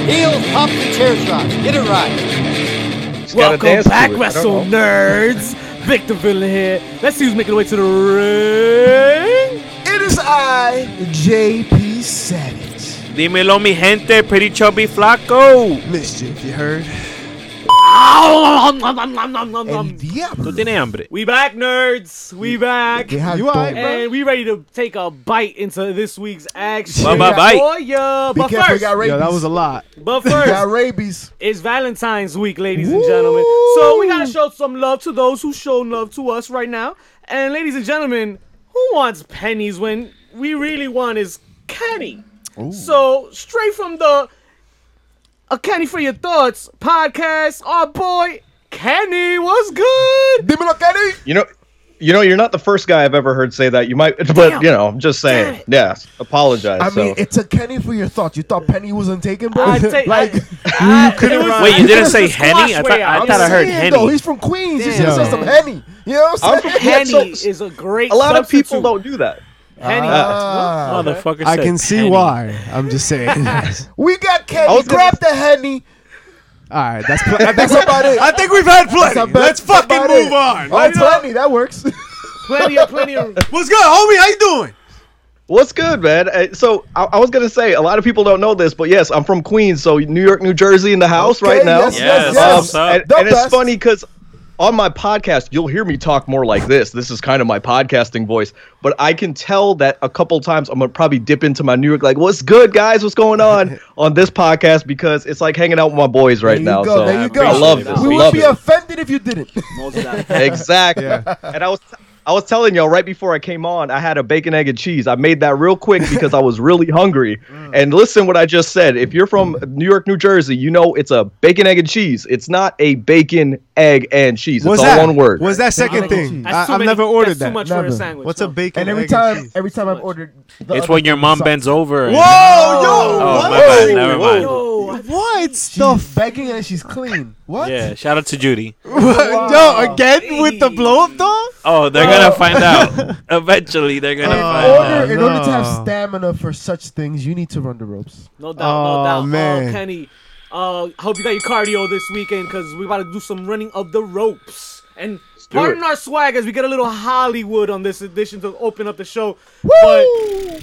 Stop the chair shots. Get it right. Just gotta Welcome dance to back, it. I don't Wrestle know. Nerds. Victor Villa here. Let's see who's making their way to the ring. It is I, J.P. Savage. Dímelo, mi gente, pretty chubby flaco. Mischief, you heard? Ow, nom, nom, nom, nom, nom, nom. And Diablo. ¿Tú tienes hambre? We back, nerds. We back. Yeah, You boom. alright, And we ready to take a bite into this week's action. Bye, bye, bye. For ya. Be But careful, you first, got rabies. Yo, that was a lot. but You got first, rabies. it's Valentine's week, ladies and gentlemen. So we gotta show some love to those who show love to us right now. And ladies and gentlemen, who wants pennies when we really want is candy? So straight from the A Candy for Your Thoughts podcast, our boy Kenny was good. Dímelo, Kenny. You know, you know, you're not the first guy I've ever heard say that. You might, but Damn. you know, I'm just Damn saying. it. Yes, apologize. I so. mean, it took Kenny for your thoughts. You thought Penny wasn't taken, bro? I take like, I, I, it was- Wait, you didn't say It's a squash Henny? I thought way out. I, thought I heard saying, though, Henny. he's from Queens. You Damn. should have said some Henny. You know what I'm I'm saying? from- Henny Yeah, so- is a great. a lot of people substitute. don't do that. Henny. Ah. Motherfucker I said can see Henny. why. I'm just saying. All right, we got Kenny. I was gonna- Grab the Henny. that's pl- that's That's about it. I think we've had That's plenty. about- that's Let's fucking about move it. on. Oh, Penny, that works. plenty of plenty of. What's good, homie? How you doing? What's good, man? Uh, So I, I was gonna say a lot of people don't know this, but yes, I'm from Queens, so New York, New Jersey, in the house Okay, right now. yes, yes, Yes, yes. Um, and, The and it's best. funny because on my podcast, you'll hear me talk more like this. This is kind of my podcasting voice, but I can tell that a couple times I'm gonna probably dip into my New York, like, "What's good, guys? What's going on?" on this podcast because it's like hanging out with my boys right There you now. go. so there you go. I love it. this. We I would love be it. offended if you didn't. exactly. Yeah. And I was I was telling y'all right before I came on, I had a bacon, egg, and cheese. I made that real quick because I was really hungry. Mm. And listen what I just said. If you're from New York, New Jersey, you know it's a bacon, egg, and cheese. It's not a bacon, egg, and cheese. It's What's all that? one word. What's that second That's thing? too I, I've many- never ordered that's that. Too much for a Never. sandwich. What's a no. bacon? And every egg, and time, cheese? every time I've ordered, the It's other when your thing mom sucks. bends over. and- Whoa, Oh, yo, my what? bad. Never mind. Yo, What She's the f- begging and she's clean. What? Yeah, shout out to Judy. yo again with the blow up dog? Oh, they're gonna find out. Eventually, they're gonna find Oh, out. Order in order to have no. stamina for such things, you need to run the ropes. no doubt, no Oh, doubt. man. Oh, Kenny, uh, hope you got your cardio this weekend because we about to do some running of the ropes and do pardon it. our swag as we get a little Hollywood on this edition to open up the show. But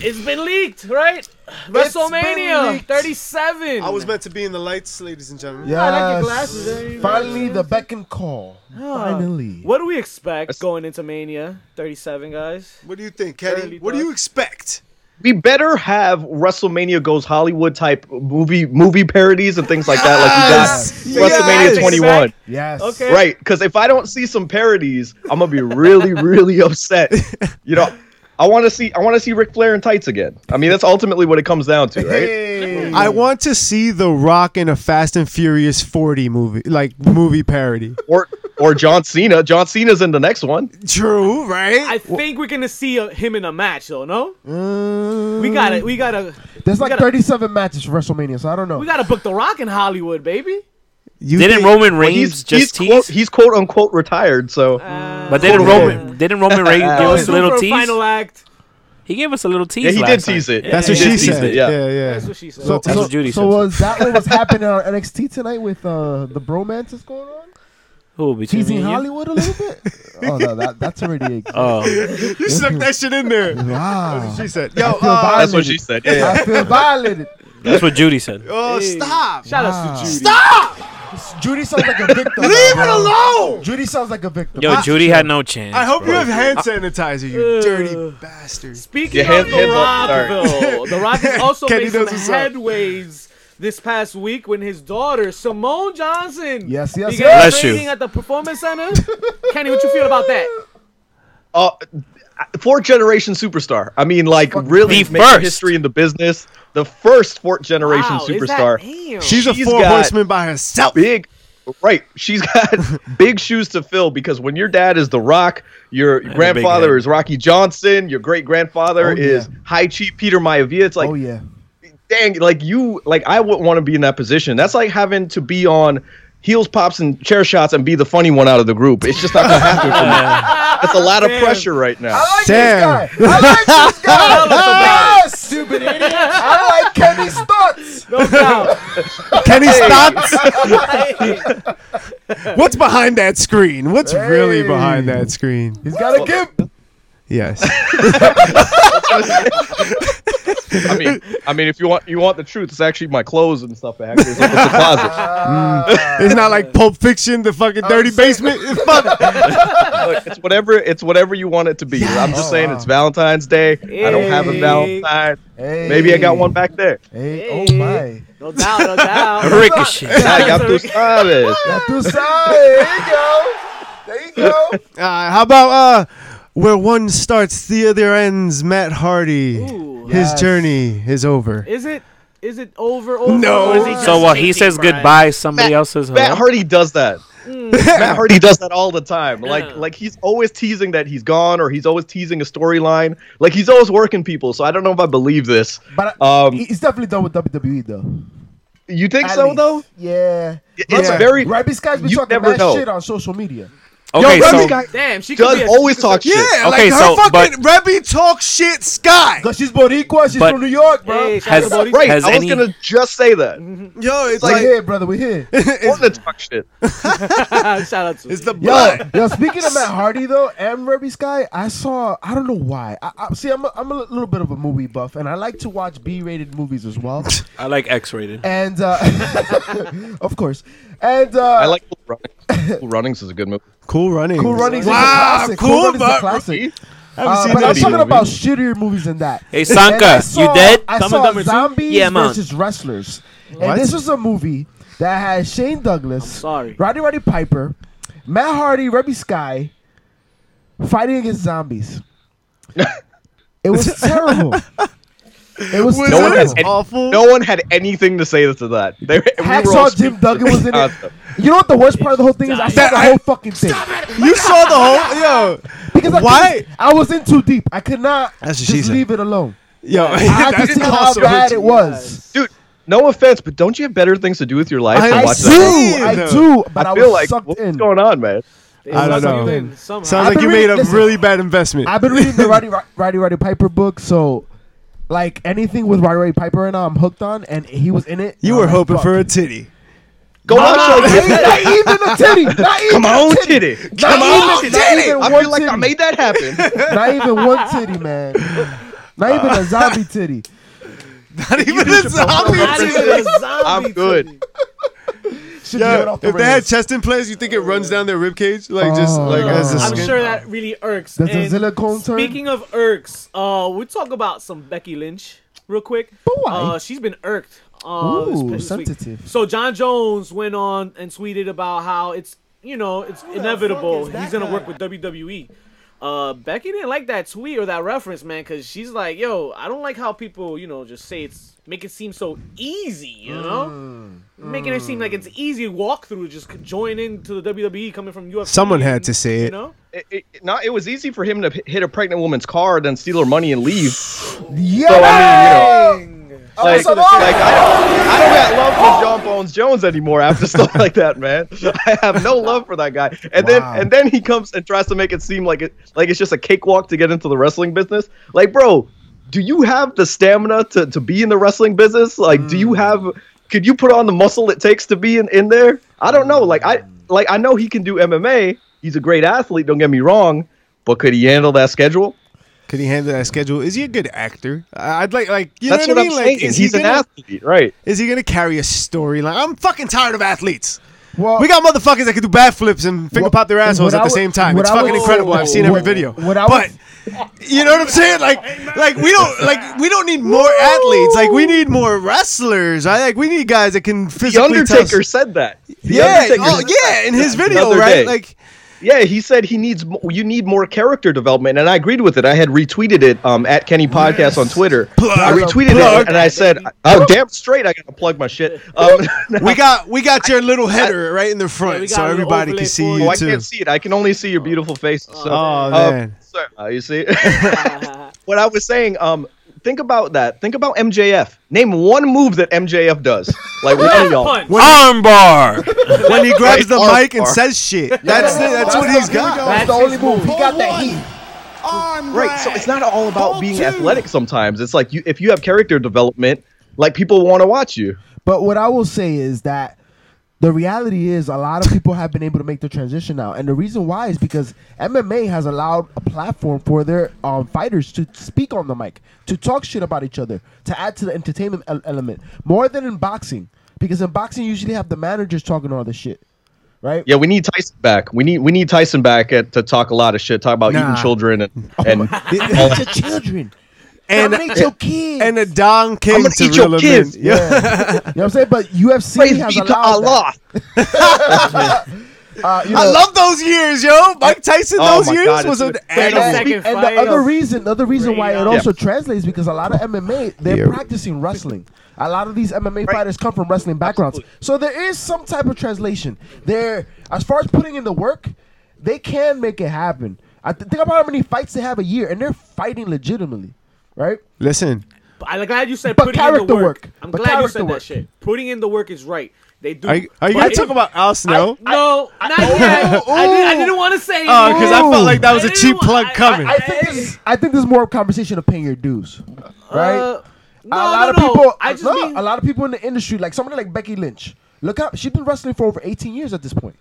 it's been leaked, right? WrestleMania leaked. 37. I was meant to be in the lights, ladies and gentlemen. Yes. I like your glasses. There you go. Finally, the beck and call. Finally. What do we expect going into Mania 37, guys? What do you think, Early Kenny? What do dogs. you expect? We better have WrestleMania goes Hollywood type movie movie parodies and things like that, like we got Yes, WrestleMania yes. 21. Yes. Okay. Right, because if I don't see some parodies, I'm gonna be really, really upset. You know, I want to see, I want to see Ric Flair in tights again. I mean, that's ultimately what it comes down to, right? Hey. I want to see The Rock in a Fast and Furious 40 movie, like movie parody. Or, or John Cena. John Cena's in the next one. True, I right? think we're gonna see uh him in a match, though. No, Uh, we gotta, we gotta, There's like gotta- 37 matches for WrestleMania, so I don't know. we gotta book the Rock in Hollywood, baby. You Didn't think- Roman But Reigns he's, just he's tease? quote, he's quote unquote retired. So Uh, but didn't Yeah. Roman didn't Roman Reigns give Go us a soon little for a tease? final act. He gave us a little tease. yeah, he last did time. tease it. Yeah, That's He what did she tease said. it, Yeah, Yeah. yeah. That's what she said. so, That's so- what Judy so said. was that what was happening on NXT tonight with uh, the bromances going on? Who between me Teasing and you? Hollywood a little bit? oh, no, that, that's already a. Oh, You stuck that shit in there. Wow. She said, yo, I feel uh, That's what she said. Yeah, yeah. I feel violated. Ah. that's what Judy said. oh, Hey. stop. Shout out Wow. to Judy. Judy sounds like a victim. Leave bro. it alone. Judy sounds like a victim. Yo, Judy had no chance. Ah, I hope you bro. have hand sanitizer, you dirty Ugh. bastard. Speaking Yeah, of the hands Rock, up, though, the Rock has also Kenny made some knows what's up. headways this past week when his daughter Simone Johnson Yes, yes, began yes. Bless you. training at the Performance Center. Kenny, what you feel about that? Uh, fourth generation superstar. I mean, like really The making first. history in the business. The first fourth generation Wow, is that- superstar. damn. She's a She's four got- horseman by herself. big right she's got big shoes to fill because when your dad is the rock your grandfather head. is rocky johnson your great Oh, grandfather yeah. is high chief peter maivia it's like oh, yeah. dang like you like i wouldn't want to be in that position that's like having to be on heels pops and chair shots and be the funny one out of the group it's just not gonna happen for me that's a lot of Damn. pressure right now I like Damn. this guy. I like this guy. Tell us about Ah, stupid idiot. I like Kenny's thoughts. No doubt. Kenny Stotts. Hey, What's behind that screen? What's really behind Hey. that screen? He's got a gimp. Yes. I mean, I mean, if you want, you want the truth. It's actually my clothes and stuff. Actually, it's up in the closet. It's not like Pulp Fiction, the fucking dirty basement. Fuck. Uh, Look, it's whatever. It's whatever you want it to be. I'm just Oh, saying, wow. it's Valentine's Day. I don't have a Hey. Valentine. Hey. Maybe I got one back there. Hey, oh my. No doubt. No doubt. Ricochet. I got those sabes. Ya tu sabes. There you go. There you Uh, how about uh, where one starts, the other ends? Matt Hardy. Ooh. Yes. His journey is over. Is it? Is it over? over No. Or is he just So what? He taking says pride? goodbye. Somebody else says hello. Matt Hardy does that. Hmm. Matt Hardy does that all the time. Like like he's always teasing that he's gone or he's always teasing a storyline. Like he's always working people. So I don't know if I believe this. go. But I- Um, he's definitely done with WWE though. You think At so least. though? Yeah. It's Yeah. very Right, these guys be You talking never mad know. shit on social media. Okay, Yo, so Remy got- Damn, she could does be a, always she could- talk shit. Okay, so, Rebby talks shit sky. Cause she's Boricua, she's But- from New York, bro. Hey, shout Has- out to Bodhi. Right. Has I was any- gonna just say that. Yo, it's we're like, here, brother, we're here. I want to talk shit. Shout out to it's Yo, the blood. yo, speaking of Matt Hardy though, and Ruby Sky, I saw. I don't know why. I, I see. I'm a, I'm a little bit of a movie buff, and I like to watch B-rated movies as well. I like X-rated. and uh, of course, and uh, I like Cool Runnings. Cool Runnings is a good movie. Cool running. Cool Runnings. Wow, is a classic. cool, Runnings is a but- classic. haven't Uh, seen but that I'm talking movie. about shittier movies than that. Hey, And I Sanka, saw- you dead? I Dumb and saw Dumber two? zombies Yeah, man. versus wrestlers, What? and this was a movie that had Shane Douglas, sorry. Roddy Roddy Piper, Matt Hardy, Ruby Sky, fighting against zombies. it was terrible. It was No one terrible. has It's any- awful. No one had anything to say to that. They, we were all Hacksaw Jim speechless. Duggan was in it. Concept. You know what the worst part of the whole thing is? I saw That- the I- whole fucking thing. You saw the whole yo, Because I Why? couldn't- I was in too deep. I could not That's what she just said. leave it alone. yo. I could see how bad it was. Dude, no offense, but don't you have better things to do with your life I- than I watch do, that? I Yeah. do, but I, I was feel like sucked what's in. going on, man? I don't know. Somehow. Sounds I've like been you made a reading- listen. really bad investment. I've been reading the Roddy Roddy Roddy Piper book, so like anything with Roddy Roddy Piper right now, I'm hooked on, and he was in it. you and were I'm hoping like, for a titty. Go on, show fuck. me. not even a titty. Not even Come a on, titty. titty. Not Come on, even- titty. not even I one feel like I titty. made that happen. Not even one titty, man. Not even a zombie titty. Not even a zombie. Not titty. even a zombie I'm titty. good. Should Yo, yeah, it off the if they had rails. chest implants, you think it runs down their rib cage like just Oh. like as a I'm skin? sure that really irks. Does the And silicone turn? Speaking of irks, uh, we talk about some Becky Lynch real quick. But why? Uh, she's been irked. Uh, this Ooh, past week. sensitive. So John Jones went on and tweeted about how it's you know it's inevitable he's gonna work with WWE. Uh, Becky didn't like that tweet or that reference, man, because she's like, "Yo, I don't like how people, you know, just say it's make it seem so easy, you know." Making it seem like it's easy walk through, just join into the WWE coming from UFC. Someone had to and, say you it. know? It, it, not, it was easy for him to p- hit a pregnant woman's car, then steal her money and leave. yeah. So, I mean, you know, Like, like I, don't, I don't got love for John Bones Jones anymore after stuff like that, man. I have no love for that guy. And Wow. then and then he comes and tries to make it seem like it like it's just a cakewalk to get into the wrestling business. Like, bro, do you have the stamina to, to be in the wrestling business? Like, do Hmm. you have could you put on the muscle it takes to be in, in there? I don't know. Like Hmm. I like I know he can do MMA. He's a great athlete, don't get me wrong, but could he handle that schedule? Could he handle that schedule? Is he a good actor? I- I'd like like you That's know what, what, I'm I saying. mean? Like is He's he an gonna, athlete, right? Is he gonna carry a storyline? I'm fucking tired of athletes. well, We got motherfuckers that can do backflips and finger What- pop their assholes what at I would- the same time. what It's I fucking would- incredible. I've seen every what- video. what I but would- you know what I'm saying? Like, like we don't like we don't need more athletes. Like we need more wrestlers. I like we need guys that can The physically. tough- Undertaker said that. The yeah, Undertaker oh, said yeah, in his video, Another right? day. Like, Yeah, he said he needs mo- you need more character development, and I agreed with it. I had retweeted it um, at Kenny Podcast on Twitter. Plug. I retweeted Plug. it, and I said, "Oh, damn straight, I gotta plug my shit." Um, we got we got your little header right in the front, we got so a little everybody overlay can see for you oh, I too. can't see it. I can only see your beautiful face. So, Oh, um, man. so- uh, you see, what I was saying. Um, think about that. Think about MJF. Name one move that MJF does. Like one of y'all. Punch. Armbar. when he Right, grabs the arm mic and bar. says shit. That's the, that's what the- he's here we go. got. That's the only move. He got that heat. Right. So it's not all about being athletic. Sometimes it's like you if you have character development, like people want to watch you. But what I will say is that the reality is a lot of people have been able to make the transition now, and the reason why is because MMA has allowed a platform for their um, fighters to speak on the mic, to talk shit about each other, to add to the entertainment el- element more than in boxing, because in boxing you usually have the managers talking all this shit, right? Yeah, we need Tyson back. We need we need Tyson back at, to talk a lot of shit, talk about Nah. eating children and, and It's your children. And- uh, And your kids. and a Don King gonna to eat your reel him kids. in. Yeah. you know what I'm saying? But UFC praise has be allowed to Allah. That. Uh, you I know, love those years, yo. Mike Tyson, Oh those my years God, was it's an an animal. Second and, and the fight other of- reason, the other reason why it Right. also translates because a lot of MMA they're Yeah. practicing wrestling. A lot of these MMA fighters come from wrestling backgrounds, so there is some type of translation. There, as far as putting in the work, they can make it happen. I th- think about how many fights they have a year, and they're fighting legitimately, right? Listen, I'm glad you said But putting in character the work. work. I'm But glad you character said work. that shit. Putting in the work is right. They do. are you, are you but gonna it- talk about Al Snow? No, not yet. I, did, I didn't want to say. Oh, because I Ooh. felt like that was I a didn't cheap want- plug I- I- coming. I think this is, I think this is more of a conversation of paying your dues, right? Uh, a no, lot no, of no. people. uh, I just no, mean a lot of people in the industry, like somebody like Becky Lynch. Look how she's been wrestling for over 18 years at this point.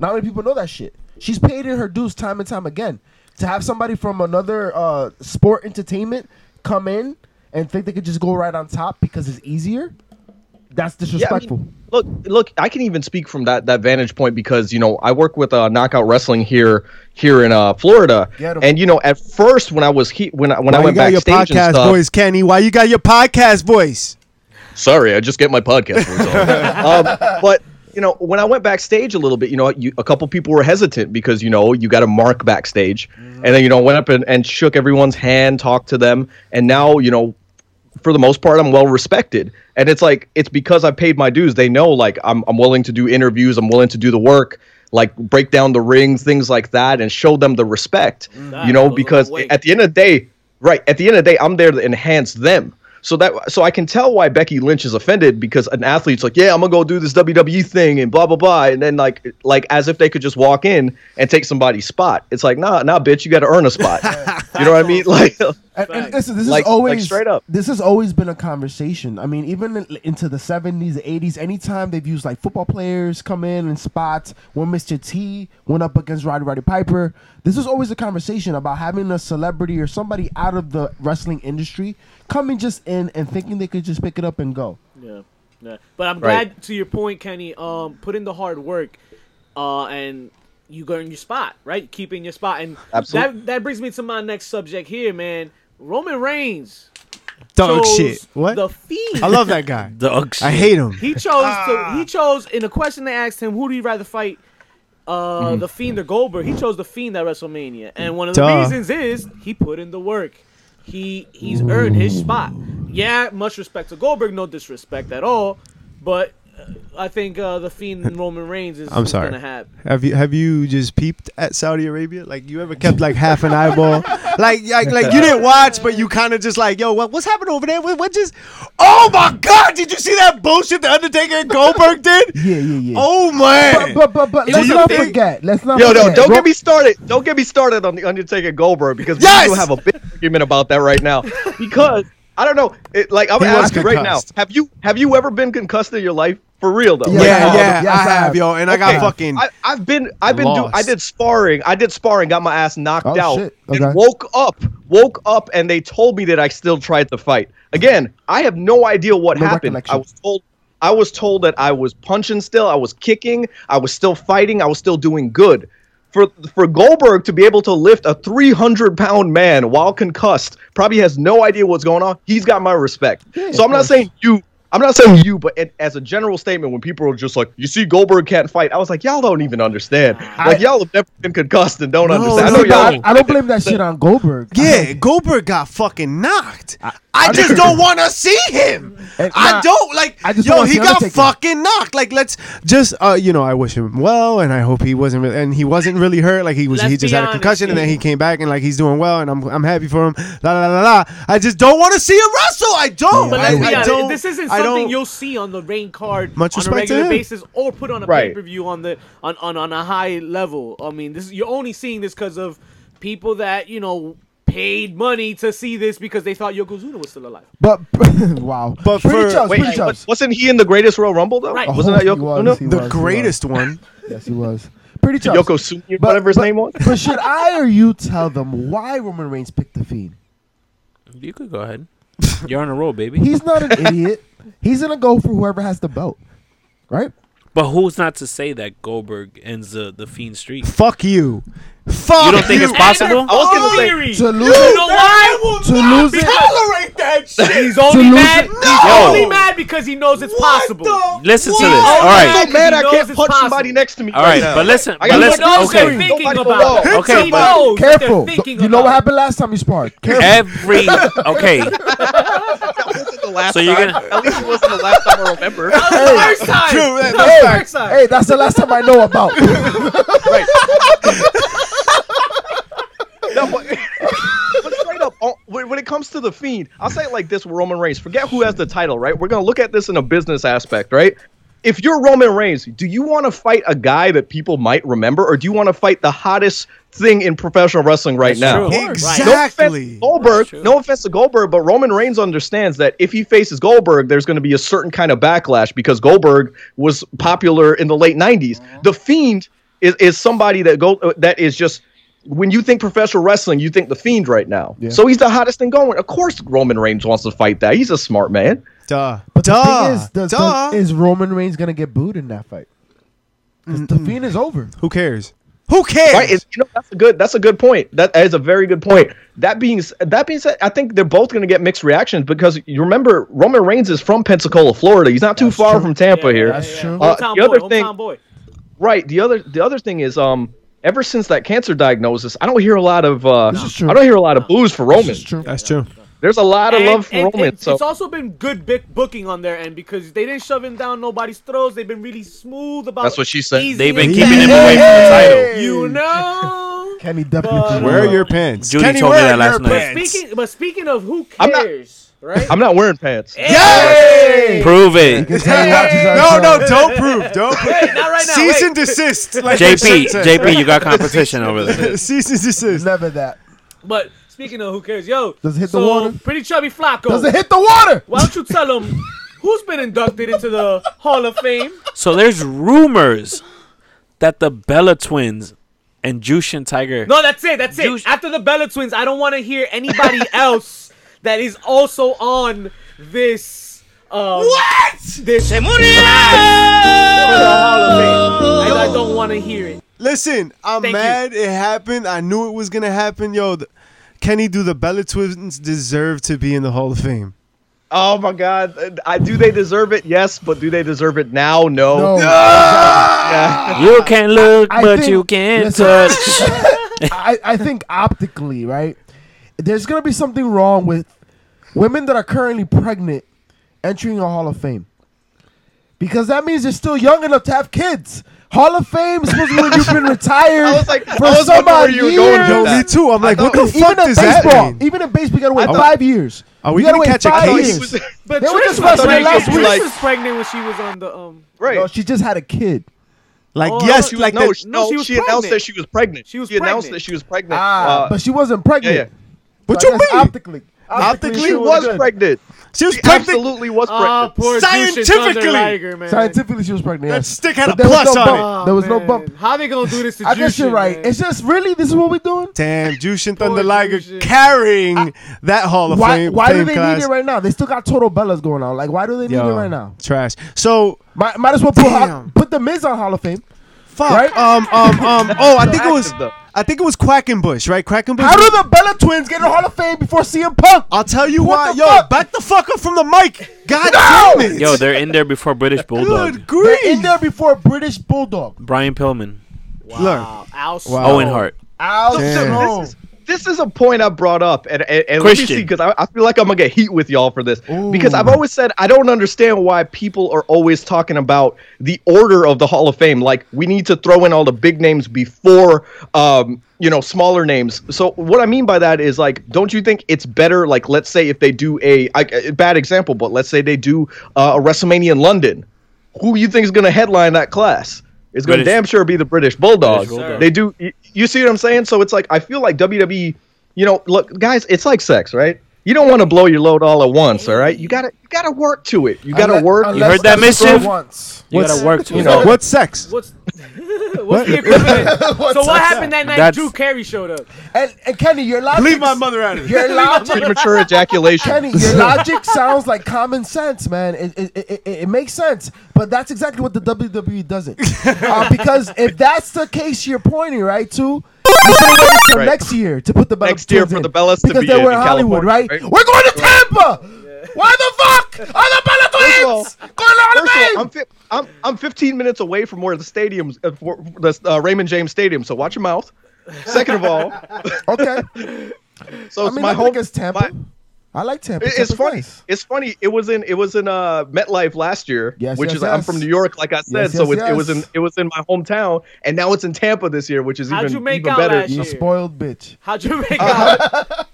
Not many people know that shit. She's paid in her dues time and time again. To have somebody from another uh, sport entertainment come in and think they could just go right on top because it's easier, that's Yeah, I mean, disrespectful. look, look, I can even speak from that that vantage point because you know I work with uh, Knockout Wrestling here here in uh, Florida, Get 'em. and you know at first when I was he- when I, when I Why you went got your backstage and podcast stuff, voice, Kenny? Why you got your podcast voice? sorry, I just get my podcast voice on. um, but you know, when I went backstage a little bit, you know, you, a couple people were hesitant because you know you got to mark backstage, and then you know went up and, and shook everyone's hand, talked to them, and now you know, for the most part, I'm well respected, and it's like it's because I paid my dues. They know like I'm I'm willing to do interviews, I'm willing to do the work. Like break down the rings, things like that, and show them the respect, you Mm, goes a know, long because way. at the end of the day, right? At the end of the day, I'm there to enhance them. So that so I can tell why Becky Lynch is offended because an athlete's like, yeah, I'm gonna go do this WWE thing and blah blah blah, and then like like as if they could just walk in and take somebody's spot. It's like, nah, nah, bitch, you got to earn a spot. you know what I mean? Like, And, and listen, this Like- is always like straight up. This has always been a conversation. I mean, even in- into the seventies, eighties, anytime they've used like football players come in and spots when Mr. T went up against Roddy Roddy Piper. This is always a conversation about having a celebrity or somebody out of the wrestling industry coming just in and thinking they could just pick it up and go. Yeah, yeah. But I'm Right. glad to your point, Kenny. Um, put in the hard work, uh, and you go in your spot, right? Keeping your spot, and Absolutely. that that brings me to my next subject here, man. Roman Reigns Dog chose shit. What? the fiend. I love that guy. Dog shit. I hate him. He chose to. He chose in the question they asked him, "Who do you rather fight, uh, the Fiend or Goldberg?" He chose the Fiend at WrestleMania, and one of the Mm. Duh. reasons is he put in the work. He he's earned his spot. Yeah, much respect to Goldberg, no disrespect at all, but uh, I think uh, the Fiend and Roman Reigns is I'm is sorry. gonna happen. Have you have you just peeped at Saudi Arabia? Like you ever kept like half an eyeball? Like like, like you didn't watch, but you kind of just like, yo, what, what's happening over there? What, what just? Oh my God! Did you see that bullshit the Undertaker and Goldberg did? Yeah, yeah, yeah. Oh man! But but but, but It let's was a not big- forget. Let's not. yo, no, forget. don't Ro- get me started. Don't get me started on the Undertaker Goldberg because Yes! we do have a big argument about that right now because. I don't know. It, like I'm He was asking right now, concussed. have you have you ever been concussed in your life for real though? Yeah, Like, I yeah, yeah, have. Yes, I I have, have. yo, and I got fucking. I, I've been, I've been, do, I Lost. did sparring. I did sparring, got my ass knocked Oh, out, shit. Okay. and woke up, woke up, and they told me that I still tried to fight again. I have no idea what No happened. I recollection. was told, I was told that I was punching still, I was kicking, I was still fighting, I was still doing good. For for Goldberg to be able to lift a 300 pound man while concussed, probably has no idea what's going on. He's got my respect. so I'm not saying you. I'm not saying you, but it, as a general statement, when people are just like, "You see, Goldberg can't fight," I was like, "Y'all don't even understand. like, y'all have never been concussed and don't understand." no, I know Listen, y'all. I, I don't blame that shit on Goldberg. yeah, Goldberg got fucking knocked. I, just don't want to see him. And- I nah, don't like. I just yo, wanna he see got Undertaker. fucking knocked. Like, let's just, uh, you know, I wish him well, and I hope he wasn't, really, and he wasn't really hurt. Like he was, Let's he just be had a honest. concussion, and then he came back, and like he's doing well, and I'm, I'm happy for him. La la la la. I just don't want to see him wrestle. I don't. But I, let's be I honest, don't. this isn't I something don't- you'll see on the rain card Much on a respect to regular him. basis or put on a Right. pay per view on the on, on on a high level. I mean, this you're only seeing this because of people that you know. paid money to see this because they thought Yokozuna was still alive. But wow. But pretty for- chops, Wait, pretty but chops. wasn't he in the Greatest Royal Rumble though? Right. Wasn't that Oh, he was, Yoko? he Ono? was, The he greatest one. was. Yes, he was. Pretty chops. Yoko Sunya, whatever his name was. But should I or you tell them why Roman Reigns picked the Fiend? You could go ahead. You're on a roll, baby. He's not an idiot. He's gonna go for whoever has the belt, right? but who's not to say that Goldberg ends the the Fiend streak? Fuck you. Fuck You don't think you. it's possible? And I was gonna say- theory. To lose, you know why? to lose it. Tolerate that shit. He's only lose mad. it- He's No. only mad because he knows it's possible. Listen to this. What? Oh, All man. right. I'm so mad He I knows can't it's punch possible. somebody next to me. All right, now. but listen, I but got He listen- no- knows okay. they're thinking Nobody about. below. it. Okay, he but- knows that they're Careful. thinking You know what about it. happened last time you sparred. Careful. Every okay. wasn't the last So you're time. gonna- At least it wasn't the last time I remember. First time. True, That that- that's was fact. first time. Hey, that's the last time I know about. No, but, but straight up, on- when when it comes to the fiend, I'll say it like this: with Roman Reigns. Forget who has the title, right? We're gonna look at this in a business aspect, right? If you're Roman Reigns, do you want to fight a guy that people might remember, or do you want to fight the hottest thing in professional wrestling right now? true. No offense Exactly. to Goldberg, no offense to Goldberg, but Roman Reigns understands that if he faces Goldberg, there's going to be a certain kind of backlash because Goldberg was popular in the late '90s. The Fiend is, is somebody that go uh, that is just when you think professional wrestling, you think the Fiend right now. So he's the hottest thing going. Of course, Roman Reigns wants to fight that. He's a smart man. Duh. But the Duh. thing is, does, Duh. does- is Roman Reigns gonna get booed in that fight? Because the Fiend is over. Who cares? Who cares? Right? It's- you know, that's a good. That's a good point. That is a very good point. That being s- that being said, I think they're both going to get mixed reactions because you remember Roman Reigns is from Pensacola, Florida. He's not too far from Tampa here. That's true. Uh, Hometown the other boy, thing- hometown boy. Right. The other the other thing is um. Ever since that cancer diagnosis, I don't hear a lot of uh, This is true. I don't hear a lot of booze for Roman. It's true. That's true. There's a lot of And- love for and- Roman. and so It's also been good big booking on their end because they didn't shove him down nobody's throats. They've been really smooth about. That's what she said. easy They've been and keeping him fast. away from the title. You know. Kenny W. But- G. Wear Roman. your pants. Judy Kenny, told me wear that last your night. But pants. speaking, but speaking of who I'm not- cares, right? I'm not wearing pants. Yay! Prove it. Because Kenny watches No, outside. no, don't prove. Don't prove. Wait, not right now. Cease wait. and desist. Like they JP, said. JP, you got competition over there. Cease and desist. Never that. But speaking of who cares, yo. Does it hit the so, water? Pretty chubby Flacco. Does it hit the water? Why don't you tell them who's been inducted into the Hall of Fame? So there's rumors that the Bella twins and Jushin Tiger. No, that's it. That's Juice- it. After the Bella Twins, I don't want to hear anybody else that is also on this. Um, what? This. Se I, I don't want to hear it. Listen, I'm Thank you. mad it happened. I knew it was gonna happen. Yo, th- Kenny, do the Bella Twins deserve to be in the Hall of Fame? Oh my God! I, do they deserve it? Yes, but do they deserve it now? No. No. You can look, I but think- you can't listen. touch. I, I think optically, right? There's gonna be something wrong with women that are currently pregnant entering a Hall of Fame. Because that means they're still young enough to have kids. Hall of Fame is supposed to be when you've been retired I was like- for I was so wondering where many you were years. going with Yo, that. me too. I'm like, what the Even fuck in does that baseball, mean? even in baseball, you gotta wait thought- five years. Are we you gotta gonna wait catch a five case? years. Was- But They were Trish just was wrestling pregnant. last Trish week. was pregnant when she was on the um. Right. No, she just had a kid. Like, Oh, yes, she like no, that. she, no, no, she was she, announced pregnant. that she was pregnant. She was announced pregnant. that she was pregnant. Ah, Uh, but she wasn't pregnant. yeah, yeah. What So you I guess mean? Optically, Optically, she it was good. pregnant. She was She pregnant. absolutely was Ah, pregnant. poor Scientifically. Liger, man. Scientifically, she was pregnant. That yes. stick had But a there was plus no on bump. it. Ah, There was no man. bump. How they gonna do this to I guess you're Jushin, right. man? It's just really this is what we're doing. Damn, Jushin Thunder Liger Jushin. carrying that Hall of Why? Fame. why do fame they class. need it right now? They still got total bellas going on. Like, why do they need Yo, it right now? Trash. So Might, might as well put Damn. put the Miz on Hall of Fame. fuck. Right? Um, um, um. Oh, I think it was. active, though. I think it was Quackenbush, right? Quackenbush. How do the Bella twins get in the Hall of Fame before CM Punk? I'll tell you What why. the Yo, fuck? back the fuck up from the mic. God damn it. Yo, they're in there before British Bulldog. Good They're in grief. there before British Bulldog. Brian Pillman, Look, Wow, Al Snow. Oh. Owen Hart. Al Damn. Snow. This is, this is a point I brought up, and and, and let me Christian. see, because I, I feel like I'm gonna get heat with y'all for this, because I've always said I don't understand why people are always talking about the order of the Hall of Fame. Like we need to throw in all the big names before, um, you know, smaller names. So what I mean by that is like, don't you think it's better? Like, let's say if they do a, I, a bad example, but let's say they do uh, a WrestleMania in London, who you think is gonna headline that class? It's gonna British. damn sure be the British Bulldog. Bulldog. They do. You, you see what I'm saying? So it's like I feel like WWE you know, look, guys, it's like sex, right? You don't want to blow your load all at once, all right? You gotta you gotta work to it. You gotta Unless- work. unless heard that, that's the Mischief? girl Once. You gotta work to you it. know, What's sex? What's what's the equivalent? so what happened that night? That's- Drew Carey showed up. And, and Kenny, your logic. Leave my mother out of it. Your logic. premature ejaculation. Kenny, your logic sounds like common sense, man. It, it, it, it, it makes sense, but that's exactly what the WWE doesn't. Uh, because if that's the case you're pointing right to, you should have waited till Right. next year to put the Bella Next year Twins for in. the Bellas to because be they in were in Hollywood, California, right? right? We're going to Tampa. Why the fuck are the Bella First of all- Twins going on First of all, I'm, the fi- I'm I'm 15 minutes away from where the stadium's uh, for the uh, Raymond James Stadium, so watch your mouth. Second of all, Okay, so I mean it's my nothing home against Tampa. my- I like Tampa. It- it's Tampa's funny. nice. It's funny. It was in it was in uh MetLife last year, Yes, which yes, is I'm yes. from New York, like I said. Yes, so yes, it, it was yes. in it was in my hometown, and now it's in Tampa this year, which is How'd even, you make even out better. last You year? spoiled bitch. How'd you make Uh-huh. out?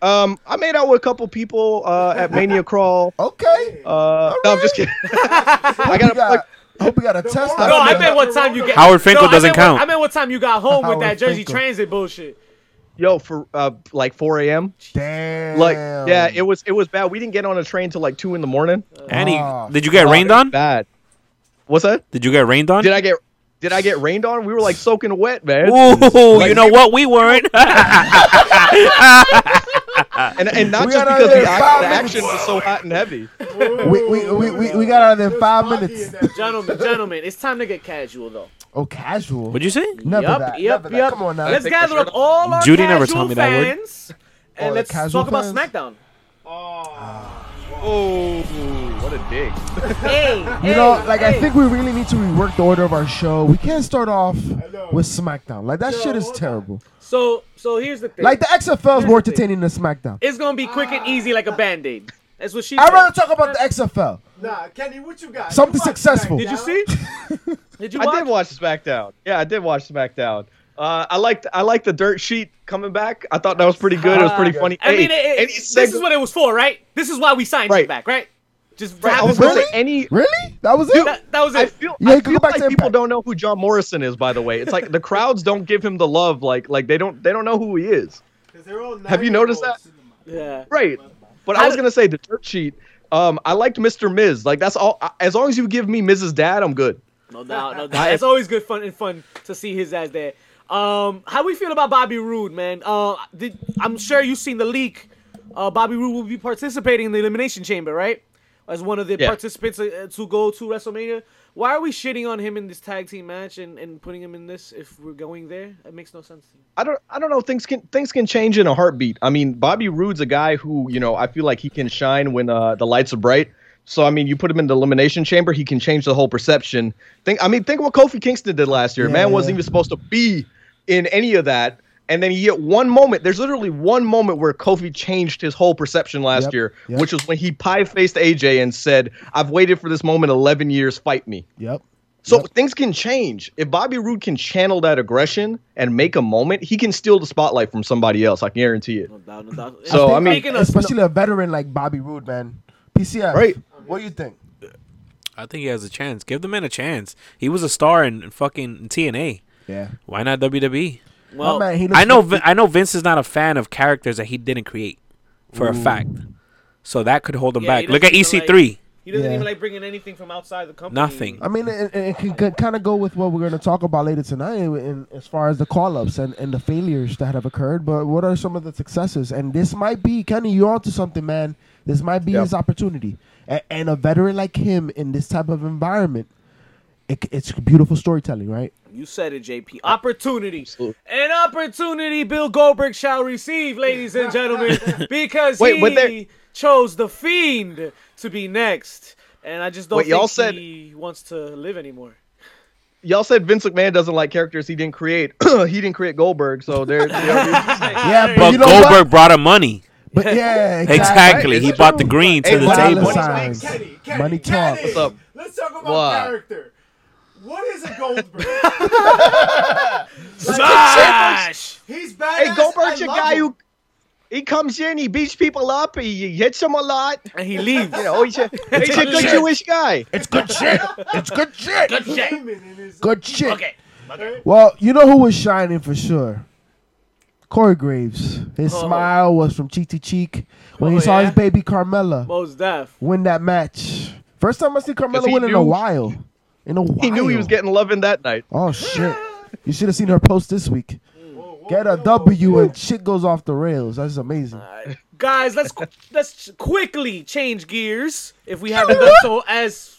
Um, I made out with a couple people uh, at Mania Crawl. Okay. Uh, No, I'm just kidding. I I hope, we got got, I hope we got a test. out No, of I that. meant what time you get. Howard Finkel no, I meant doesn't what- count. I meant what time you got home with that Howard Jersey Finkel. Transit bullshit. yo for uh, like 4 a.m. Damn. Like yeah, it was it was bad. We didn't get on a train till like two in the morning. Oh, Annie, Ah. did you get rained on? Bad. What's that? Did you get rained on? Did I get did I get rained on? We were like soaking wet, man. Ooh, Like, you know what? We weren't. and and not We just got out because there the, ac- five the minutes. action was so hot and heavy. we, we, we, we, we got out of there in five minutes. Gentlemen, gentlemen, it's time to get casual though. Oh, casual. What'd you say? Never Yup, that. yup, never yup. that. Come on now. Let's Take gather my up shirt all our Judy casual never told me that word. fans, All and the let's casual talk fans. about SmackDown. Oh, what a dig! Hey, you know, like I think we really need to rework the order of our show. We can't start off with SmackDown. Like that shit is terrible. so. So here's the thing. Like the XFL is more Here's the entertaining than SmackDown. it's gonna be quick and easy, like a band aid. That's what she. I'd said. rather talk about the XFL. Nah, Kenny, what you got? Something successful. Did you see? Did you watch? I did watch SmackDown. Yeah, I did watch SmackDown. Uh, I liked I liked the dirt sheet coming back. I thought that was pretty good. It was Ah, pretty funny. Ah, I Hey, mean, it, it- any this seg- is what it was for, right? This is why we signed Right. you back, right? Just Right, I was gonna Really? say any. Really? That was it? that, that was I it. feel, Yeah, I go feel back to like people Impact. don't know who John Morrison is. By the way, it's like the crowds don't give him the love. Like like they don't they don't know who he is. Have you noticed that? yeah. Right. But I was gonna say the dirt sheet. Um, I liked Mr. Miz. Like that's all. I- As long as you give me Miz's dad, I'm good. No doubt, no doubt. It's always good fun and fun to see his ass there. Um, how we feel about Bobby Roode, man? Uh, did, I'm sure you've seen the leak. Uh, Bobby Roode will be participating in the Elimination Chamber, right? As one of the Yeah. participants uh, to go to WrestleMania. Why are we shitting on him in this tag team match and, and putting him in this if we're going there? It makes no sense to me. I don't I don't know things can things can change in a heartbeat. I mean, Bobby Roode's a guy who, you know, I feel like he can shine when uh, the lights are bright. So I mean, you put him in the elimination chamber, he can change the whole perception. Think I mean, think what Kofi Kingston did last year. Man wasn't even supposed to be in any of that. And then you get one moment. There's literally one moment where Kofi changed his whole perception last Yep, year, yep. which was when he pie faced AJ and said, "I've waited for this moment 11 years. Fight me." Yep. So things can change. If Bobby Roode can channel that aggression and make a moment, he can steal the spotlight from somebody else. I guarantee it. No doubt, no doubt. So, It's I mean, making us- Especially a veteran like Bobby Roode, man. PCF. Right. What do you think? I think he has a chance. Give the man a chance. He was a star in, in fucking TNA. Yeah. Why not WWE? Oh, well, man, he looks I know. Vin- I know Vince is not a fan of characters that he didn't create, for a fact. So that could hold him Yeah, he back. Look at E doesn't EC3. feel like- he doesn't Yeah. even like bringing anything from outside the company. Nothing. I mean, it, it can, kind of go with what we're going to talk about later tonight, in, in- as far as the call ups and, and the failures that have occurred. But what are some of the successes? And this might be Kenny. You're onto something, man. This might be Yep. his opportunity. A- and a veteran like him in this type of environment, it, it's beautiful storytelling, right? You said it, JP. Opportunity. Absolutely. An opportunity Bill Goldberg shall receive, ladies and gentlemen, because Wait, but there- he chose the fiend to be next. And I just don't Wait, think y'all said- he wants to live anymore. Y'all said Vince McMahon doesn't like characters he didn't create. he didn't create Goldberg, so there. you know, Yeah, but, But you know Goldberg what? brought him money. But yeah, Exactly. Right, He it's bought true. the green to Hey, the Dollar Money table. Money signs. Money talks. What's up? Let's talk about What? character. What is a Goldberg? Smash! He's badass. hey, Goldberg's I a love guy him. who he comes in, he beats people up, he, he hits them a lot. And he leaves. You know, he's a, he's a good Shit. Jewish guy. It's good shit. It's good shit. Good shit. Human in his- Good shit. Okay. Well, you know who was shining for sure? Corey Graves. His Oh. smile was from cheek to cheek when Oh, he saw yeah? his baby Carmella Most deaf. win that match. First time I see Carmella 'Cause he win in a knew- while. In a while. He knew he was getting loving that night. Oh shit! You should have seen her post this week. Get a W and shit goes off the rails. That's amazing. Guys, let's qu- let's ch- quickly change gears if we haven't done so as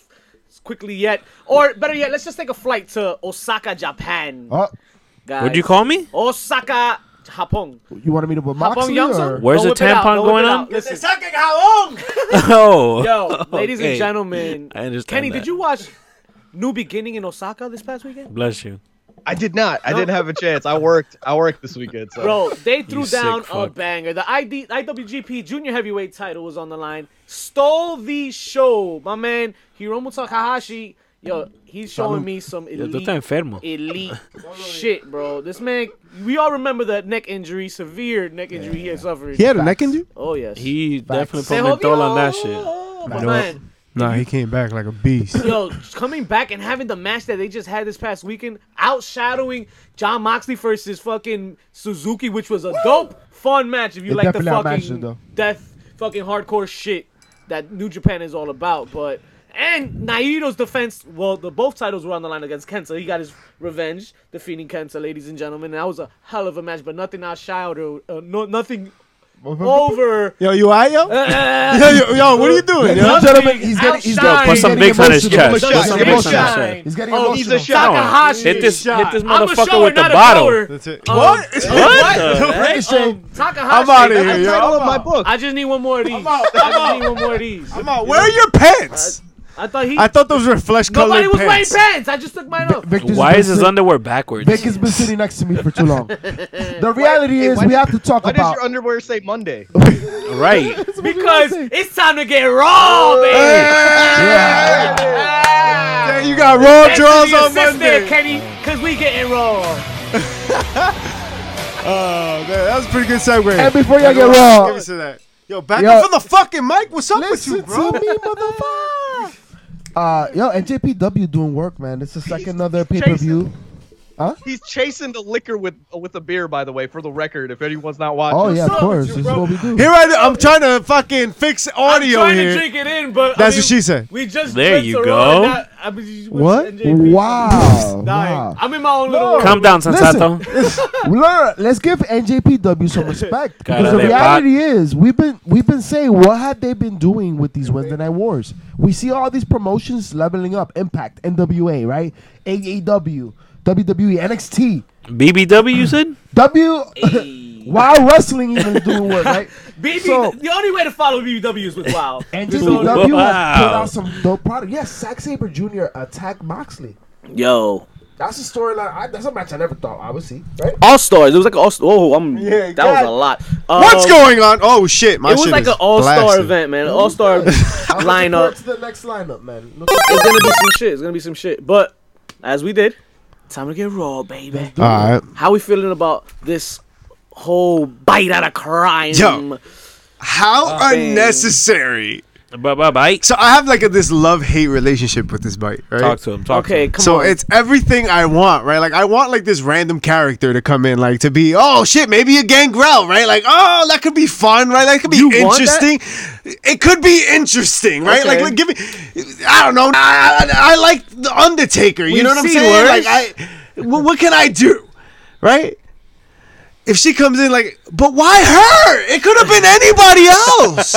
quickly yet. Or better yet, let's just take a flight to Osaka, Japan. Oh, guys. What'd you call me? Osaka, Japon. you want to meet up with Japon Moxley? Youngster? Or? Where's the whip it out, tampon whip going it on? out. Listen, oh, yo, ladies and Okay. gentlemen. I understand Kenny, that. did you watch New Beginning in Osaka this past weekend? Bless you. I did not. I didn't have a chance. I worked. I worked this weekend. So. Bro, they threw sick down a fuck. banger. The ID, IWGP Junior Heavyweight title was on the line. Stole the show. My man, Hiromu Takahashi. Yo, he's showing me some tú elite, estás enfermo. elite shit, bro. This man, we all remember that neck injury, severe neck injury he had suffered. He had a neck injury. Oh, yes. He Se definitely put menthol on that shit. jodió, I My know. man. Nah, he came back like a beast. Yo, coming back and having the match that they just had this past weekend, outshadowing John Moxley versus fucking Suzuki, which was a dope, fun match. If you It like the definitely outmatched fucking it, though. death, fucking hardcore shit that New Japan is all about, but. And Naito's defense, well, the both titles were on the line against Kenta. He got his revenge, defeating Kenta, ladies and gentlemen. And that was a hell of a match, but nothing outshadowed, or uh, no, nothing over. Yo, you alright, yo? Uh, yo, yo, yo, what are you doing? Ladies yo? and gentlemen, he's getting he's Outshine. getting, Put he's some getting bigs on his emotional. He's chest. Put getting some bigs on emotional. his chest. He's getting Oh, emotional. he's a shot. Takahashi. Hit this, hit this I'm a motherfucker shower, with the not a bottle. thrower. That's it. Um, What? What? the heck? Ricochet. Um, Takahashi. I'm that's- outta here, That's the yo. title of I'm my out. book. I just need one more of these. I just need one more of these. Come on, where are your pants? I thought he. I thought those were flesh uh, nobody colored was wearing pants. pants. I just took mine off. Victor's Why been is his sit- underwear backwards? Vic has been sitting next to me for too long. The reality hey, is why we did- have to talk Why does about. your underwear say Monday? Right. because it's time to get raw, Oh, baby. Yeah. Ah. Yeah, you got raw Thanks to draws the on assist there, Monday. Kenny, because we getting raw. Oh man, that was a pretty good segue. And before y'all get Give us- raw- give us to that. Yo, back Yo. up for the fucking mic. What's up with you, Listen bro? to me, motherfucker. Uh, yo, and JPW doing work, man. It's the second another pay per view. He's chasing the liquor with with a beer, by the way, for the record. If anyone's not watching. Oh yeah, of course. This is what we do. Here I am. I'm trying to fucking fix audio I'm trying here. to drink it in, but I That's mean, what she said. We just There drank you the go. raw, and I- I mean, What? NJP. Wow. Dying. wow. I'm in my own little. world. Calm down, Sensato. Laura, let's give NJPW some respect because Cara the de reality is we've been we've been saying what have they been doing with these Wednesday night wars? We see all these promotions leveling up, Impact, NWA, right? AEW, WWE, NXT, BBW, you said? W. Wild Wrestling even is doing work, right? BB, So- the only way to follow BBW is with WoW. NJPW Wow. has put out some dope product. Yes, Zack Saber Jr. attacked Moxley. Yo, That's a storyline. I- That's a match I never thought I would see. Right? All Stars. It was like an All Star. Oh, I'm. that was God. a lot. What's Um, going on? Oh shit, my It was shit like is an All Star blasted. event, man. All Star I'm looking forward lineup. to the next lineup, man. Look- It's gonna be some shit. It's gonna be some shit. But as we did, time to get raw, baby. All right. How we feeling about this whole bite out of crime? Yo. How man. unnecessary. Bye bye bye. So I have like a, this love hate relationship with this bike, right? Talk to him. Talk Okay, to him. come so on. it's everything I want, right? Like I want like this random character to come in, like to be, oh shit, maybe a gangrel, right? Like, oh, that could be fun, right? That could be You want that? interesting. It could be interesting, right? Like, Okay. like, give me, I don't know. I, I, I like the Undertaker. You We've know what I'm seen saying? worse. Like, I, what, what can I do, right? If she comes in like, but why her? It could have been anybody else.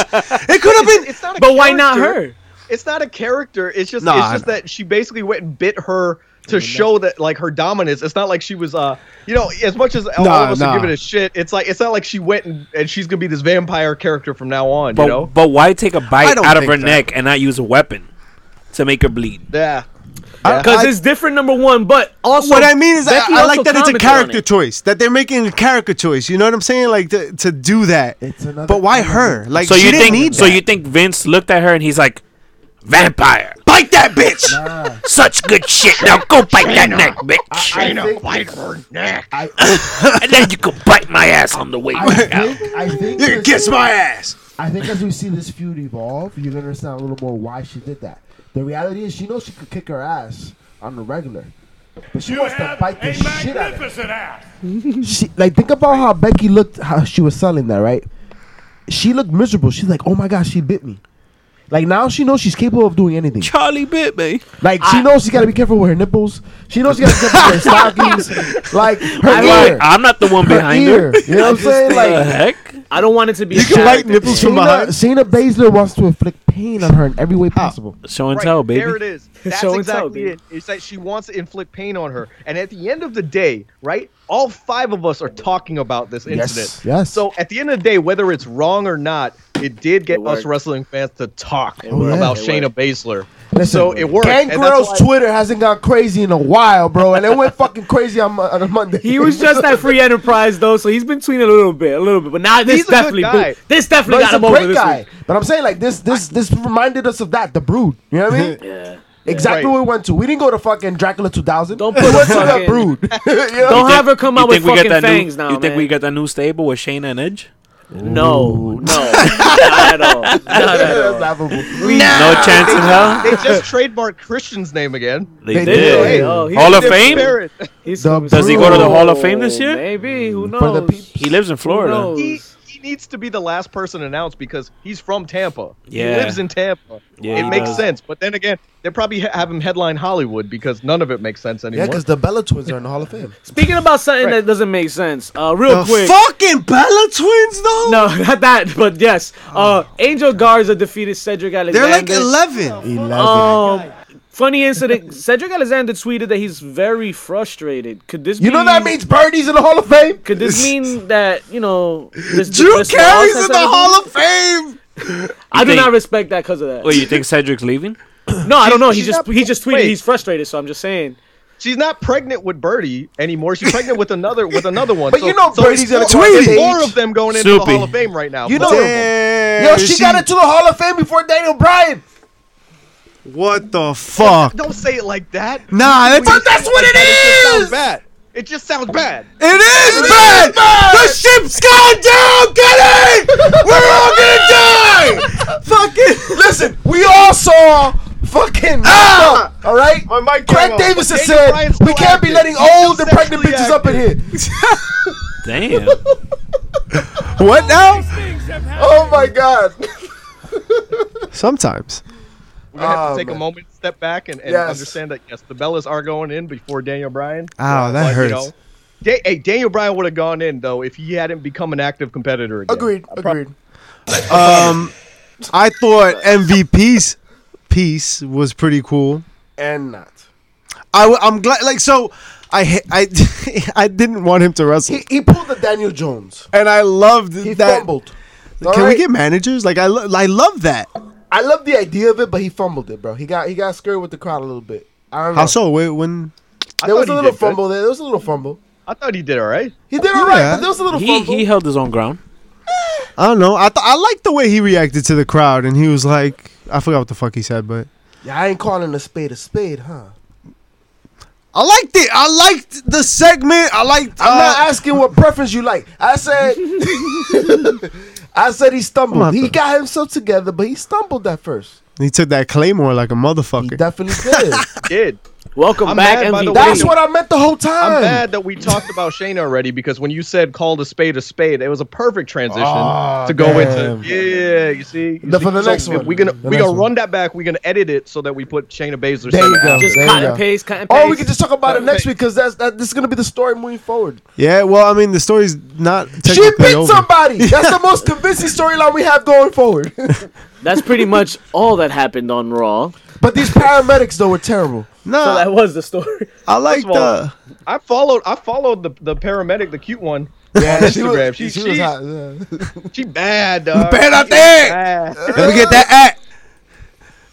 It could have been. It's not a but why not character. her? It's not a character. It's just Nah, it's I just know. that she basically went and bit her to show that like her dominance. It's not like she was uh you know as much as all Nah, of us nah. are giving a shit. It's like it's not like she went and, and she's gonna be this vampire character from now on. But, you know? but why take a I bite don't out of think her that. neck and not use a weapon to make her bleed? Yeah. Because I- it's different, number one. But also, what I mean is I, Becky I also like that it's a commented on character it. choice that they're making a character choice. You know what I'm saying? Like to, to do that. It's another but why element. her? Like so she you didn't think need so that. you think Vince looked at her and he's like, Vampire. bite that bitch. Such good shit. Now go bite that neck, bitch. I, and then you can bite my ass on the way I back out. think, I think, You can as- kiss my ass. I think as we see this feud evolve, you're gonna understand a little more why she did that. The reality is, she knows she could kick her ass on the regular. But she You wants to have bite the a shit out of it. magnificent ass. She, like, think about how Becky looked, how she was selling that, right? She looked miserable. She's like, oh my gosh, she bit me. Like, now she knows she's capable of doing anything. Charlie bit me. Like, she knows she got to be careful with her nipples. She knows she got to be careful with her stockings. Like, her I'm, ear. like, I'm not the one her behind ear. her. You know what I'm saying? Like, the heck? I don't want it to be. You a can light character nipples thing. from Shayna, behind. Shayna Baszler wants to inflict pain on her in every way possible. Show and Right, tell, baby. There it is. That's Show and tell, exactly baby. it. It's that she wants to inflict pain on her. And at the end of the day, right, all five of us are talking about this Yes, incident. yes. So at the end of the day, whether it's wrong or not, it did get us wrestling fans to talk worked. about Oh, It Shayna Baszler. Listen, so it worked. and that's Gangrel's why- Twitter hasn't gone crazy in a while, bro, and it went fucking crazy on, Mo- on a Monday. He was just at Free Enterprise though, so he's been tweeting a little bit, a little bit. But now this He's a good definitely, guy. this Bro, definitely he's got a him over great this guy, week. but I'm saying like this, this, this reminded us of that, the Brood. You know what I mean? Yeah. Exactly Right. what we went to. We didn't go to fucking Dracula 2000. Don't we put went to the fucking- Brood. You know? Don't have her come You out with think we fucking get that fangs new? now, you think man. we got that new stable with Shayna and Edge? No, no, not at all. Not at That's all. laughable. No chance in hell. They just trademarked Christian's name again. They, They did. did. Oh, he's Hall of a different Fame. Barrett, He's The from- Does he go to the Hall of Fame this year? Maybe. Who knows? For the peeps. He lives in Florida. knows? he, he needs to be the last person announced because he's from Tampa. Yeah. He lives in Tampa. Yeah, it he makes does. sense. But then again, they probably ha- have him headline Hollywood because none of it makes sense Yeah, anymore. because the Bella twins are in the Hall of Fame. Speaking about something that doesn't make sense, uh, real quick. Fucking Bella Twins though. No, not that, but yes. Uh, Angel Garza defeated Cedric Oh. They're Alexander. like eleven. Um, funny incident. Cedric Alexander tweeted that he's very frustrated. Could this you know that means Birdie's in the Hall of Fame? Could this mean that you know this Drew this loss Carey's has in the everything? Hall of Fame. I do Think- not respect that because of that. Wait, you think Cedric's leaving? no, I don't know. He she's just not- he just tweeted wait. he's frustrated. So I'm just saying. She's not pregnant with Birdie anymore. She's pregnant with another with another one. But so, you know so Birdie's there's in four- a there's tweet. Four of them going into the Snoopy. Hall of Fame right now. You know- Terrible. Damn, Yo, she got into the Hall of Fame before Daniel Bryan. What the fuck? don't say it like that. Nah, that's, But that's what it It is! sounds bad. It just sounds bad. It is bad. The ship's gone down, Kenny. We're all gonna die. Fucking Listen, we all saw fucking. Ah! All right, My mic came Craig off. Davidson Daniel said Bryan's we still can't be active. letting He's old still and pregnant sexually bitches up in here. Damn. what now? Oh my god. Sometimes. We're gonna have Oh, to take man. a moment, step back, and, and Yes. understand that yes, the Bellas are going in before Daniel Bryan. Ow, Oh, that But, hurts. Da- hey, Daniel Bryan would have gone in though if he hadn't become an active competitor. Again. Agreed. Agreed. Um, I thought MVP's piece was pretty cool. And not. I, am glad, like, so I ha- I I didn't want him to wrestle, He, he pulled the Daniel Jones. and I loved He that. fumbled. Can we get managers? Like, I lo- I love that. I love the idea of it, but he fumbled it, bro. He got he got scared with the crowd a little bit. I don't know. How so? Wait, when? I There thought was a he little did good. fumble there. There was a little fumble. I thought he did all right. He did all right, Yeah. but there was a little he fumble. he held his own ground. I don't know. I th- I liked the way he reacted to the crowd, and he was like, I forgot what the fuck he said, but yeah, I ain't calling a spade a spade, huh? I liked it. I liked the segment. I liked. I'm uh, not asking what preference you like. I said, I said he I'ma stumbled. have He to- got himself together, but he stumbled at first. He took that claymore like a He motherfucker. definitely did. He did. Welcome I'm back, mad, by the MVP. way. That's what I meant the whole time. I'm mad that we talked about Shane already because when you said called a spade a spade, it was a perfect transition Ah, Aw, to go damn. into. Yeah, you see. you The- for see? the next one. We're gonna The we next gonna one. run that back. We're gonna edit it so that we put Shayna Baszler. There you segment go. after. Just There you cut go. and paste, cut and paste. Or Oh, we can just talk about it next week because that's that. This is gonna be the story moving forward. yeah, well, I mean, the story's not She technically beat over. somebody. That's the most convincing storyline we have going forward. That's pretty much all that happened on Raw. but these paramedics though were terrible. So Nah, that was the story. I like of all- the. I followed. I followed the the paramedic, the cute one. Yeah, she Instagram. was, she, She- she was she- hot. yeah. She bad, dog. Bad out She there. bad. Let me get that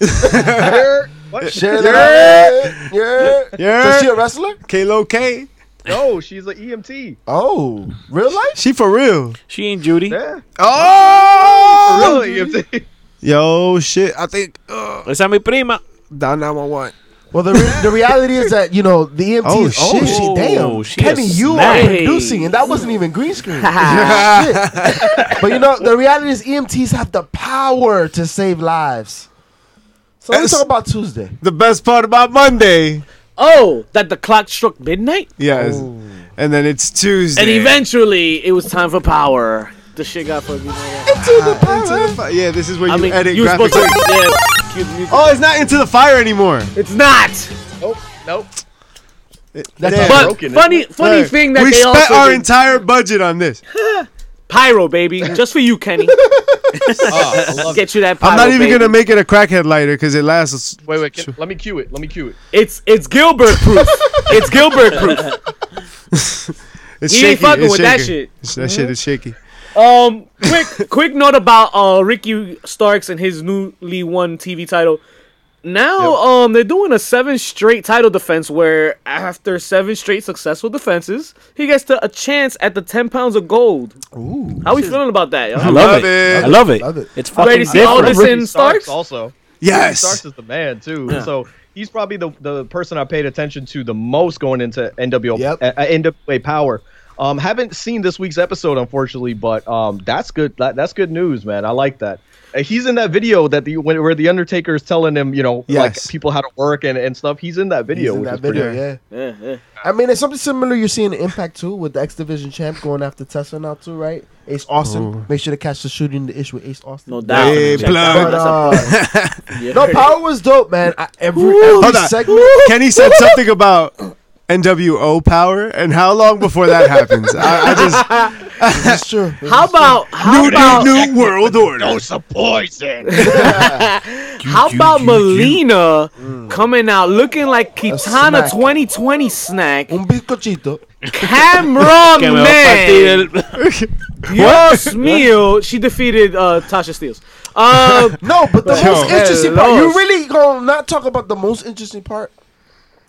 at. Her- what? Share that. Yeah. Yeah. So she a wrestler? K-Lo K. No, she's E an EMT. Oh, real life? She for real. She ain't Judy. Yeah, Oh, really E EMT. Yo, shit. I think uh, Esa mi prima. down now I want. Well, the, re- the reality is that you know the EMT. Oh, is- oh shit. shit! She, damn, Oh, she a Kenny, you snack. are producing, and that wasn't even green screen. Shit. But you know the reality is EMTs have the power to save lives. So let's That's- talk about Tuesday. The best part about Monday. oh, that the clock struck midnight, Yeah. it's- And then it's Tuesday. and eventually it was time for power. The shit got fucking. Into the fi- yeah, this is where you I mean, edit you were supposed graphics. to. Yeah, cue the music. Oh, it's not into the fire anymore. It's not. Nope. Nope. That's But broken, isn't funny, funny thing that we they spent also our did- entire budget on this. pyro, baby, just for you, Kenny. Oh, I love it. Get you that. Pyro, I'm not even baby. gonna make it a crackhead lighter because it lasts. Wait, wait. Can, let me cue it. Let me cue it. It's it's Gilbert proof. it's Gilbert proof. It's He shaky. ain't fucking it's with that shaky. shit. Mm-hmm. It's- That shit is shaky. Um, quick, quick note about uh Ricky Starks and his newly won TV title. Now, um, they're doing a seven straight title defense where after seven straight successful defenses, he gets to a chance at the ten pounds of gold. Ooh, how we feeling about that? I Y'all? love Love it. it. I love it. Love it. It's ready fucking to see all different. this in Starks? also. Starks Yes. is the man too. So he's probably the, the person I paid attention to the most going into NWO Yep. uh, NWA Power. Um, haven't seen this week's episode unfortunately, but um, that's good. That, that's good news, man. I like that. Uh, he's in that video that the when, where the Undertaker is telling him, you know, Yes. like people how to work and, and stuff. He's in that He's video. in which that is pretty- video, yeah. Yeah, yeah. I mean, it's something similar you're seeing in Impact too with the X Division champ going after Tesla now too, right? Ace Austin. Make sure to catch the shooting the issue with Ace Austin. No doubt. Hey, Check that plug. out. But, uh, That's a- yeah. no, Power was dope, man. I, every Hold every on. segment. Kenny said something about NWO power, and how long before that happens? I, I just It's true. How about how about Oh, new, new, new world order. How about Melina Mm. coming out looking like Kitana snack. 2020 snack? Mm. Un bizcochito. Cameron Que me va a Man. partir el- Dios mío. She defeated uh, Tasha Steeles. Uh, No, but the Yo. most interesting part. You Lost. really gonna not talk about the most interesting part?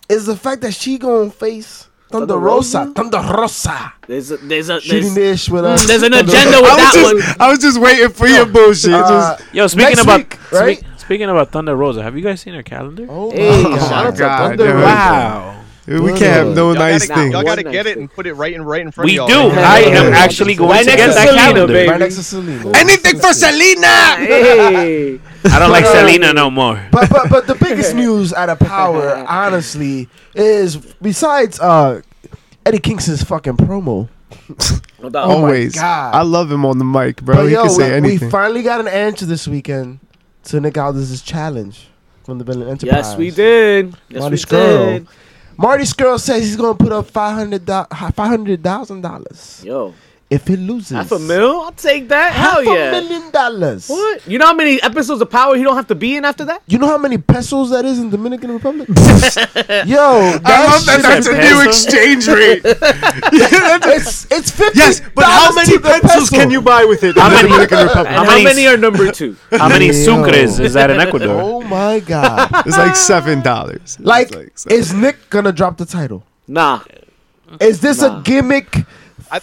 Is the fact that she gonna face Thunder Thunder Rosa. Thunder Rosa. there's a, there's a Shooting there's, this with mm, us. there's an Thunder agenda Rosa. with I was that just, one. I was just waiting for your bullshit. Uh, just, Yo, speaking Next about week, right? spe- speaking about Thunder Rosa, have you guys seen her calendar? Oh, Hey, my shout out to God, Thunder dude. Rosa. we can't have no Y'all nice gotta, thing. y'all One gotta nice get it thing. and put it right in right in front We of y'all. do. I am actually going Right to next get to that Selena, calendar. baby. Right next to Selena. Anything for Selena. Hey. I don't like But, uh, Selena no more. but, but but the biggest news out of power, honestly, is besides uh, Eddie Kingston's fucking promo. No doubt. Oh my Always. God. I love him on the mic, bro. But he yo, can say we, we anything. finally got an answer this weekend to Nick Aldis' challenge from the Berlin Enterprise. Yes, we did. Yes, Marty we Skrull. did. Marty Skrull says he's gonna put up five hundred thousand dollars Yo, if he loses. half a mil? I'll take that. Half Hell yeah. a million dollars. What? You know how many episodes of Power he don't have to be in after that? You know how many pesos that is in Dominican Republic? Yo, that I love that. shit- That's a new exchange rate. it's it's fifty. yes, but how dollars many to the pencils peso. can you buy with it? How many- Republic? And How how many- many, are number two? How many Yo. sucres is that in Ecuador? Oh my god! It's like seven dollars. like, seven. is Nick gonna drop the title? nah, Is this a Nah. gimmick?